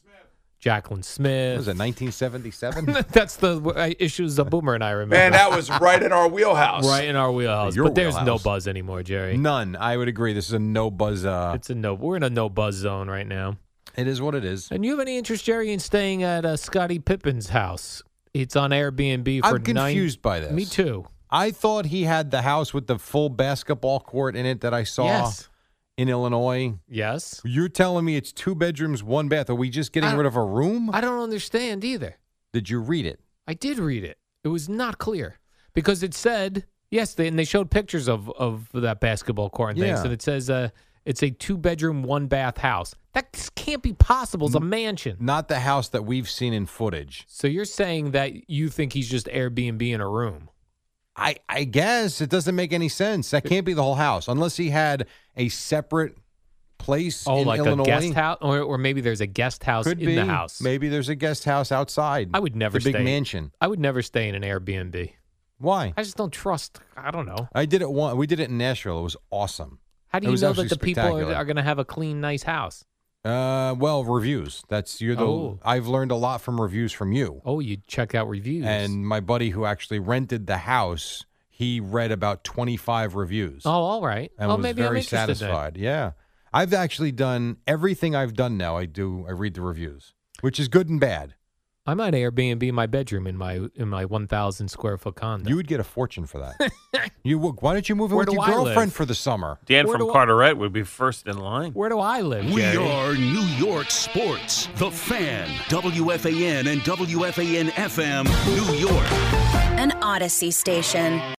Jacqueline What Smith. was it, 1977? *laughs* That's the uh, issues that Boomer and I remember. Man, that was right in our wheelhouse. right in our wheelhouse. Your but there's no wheelhouse. buzz anymore, Jerry. None. I would agree. This is a no buzz. Uh, It's a no. We're in a no buzz zone right now. it is what it is. And you have any interest, Jerry, in staying at uh, Scotty Pippen's house? It's on Airbnb for I'm nine- confused by this. Me too. I thought he had the house with the full basketball court in it that I saw Yes. in Illinois. Yes. You're telling me it's two bedrooms, one bath. Are we just getting I- rid of a room? I don't understand either. Did you read it? I did read it. It was not clear because it said yes, they, and they showed pictures of of that basketball court and things, Yeah. and it says uh, it's a two bedroom, one bath house. That just can't be possible. It's a mansion. Not the house that we've seen in footage. So you're saying that you think he's just Airbnb in a room? I, I guess it doesn't make any sense. That can't be the whole house unless he had a separate place Oh, in like Illinois. a guest house, or, or maybe there's a guest house Could in be. the house. Maybe there's a guest house outside. I would never the big stay. mansion. I would never stay in an Airbnb. Why? I just don't trust. I don't know. I did it one. We did it in Nashville. It was awesome. How do It you was know actually that the people are, spectacular. are going to have a clean, nice house? Uh, well, reviews. That's you're the. Oh. I've learned a lot from reviews from you. Oh, you check out reviews. And my buddy who actually rented the house, he read about 25 reviews oh, all right. and oh, was maybe I'm very interested then. satisfied. Yeah. I've actually done everything I've done now. I do I read the reviews, which is good and bad. I might Airbnb my bedroom in my in my 1,000 square foot condo. You would get a fortune for that. *laughs* you would- why don't you move in Where do with your I live? girlfriend for the summer? Dan Where from do I- Carteret would be first in line. Where do I live? We Jerry? are New York sports. The Fan, WFAN and WFAN FM, New York. An Odyssey station.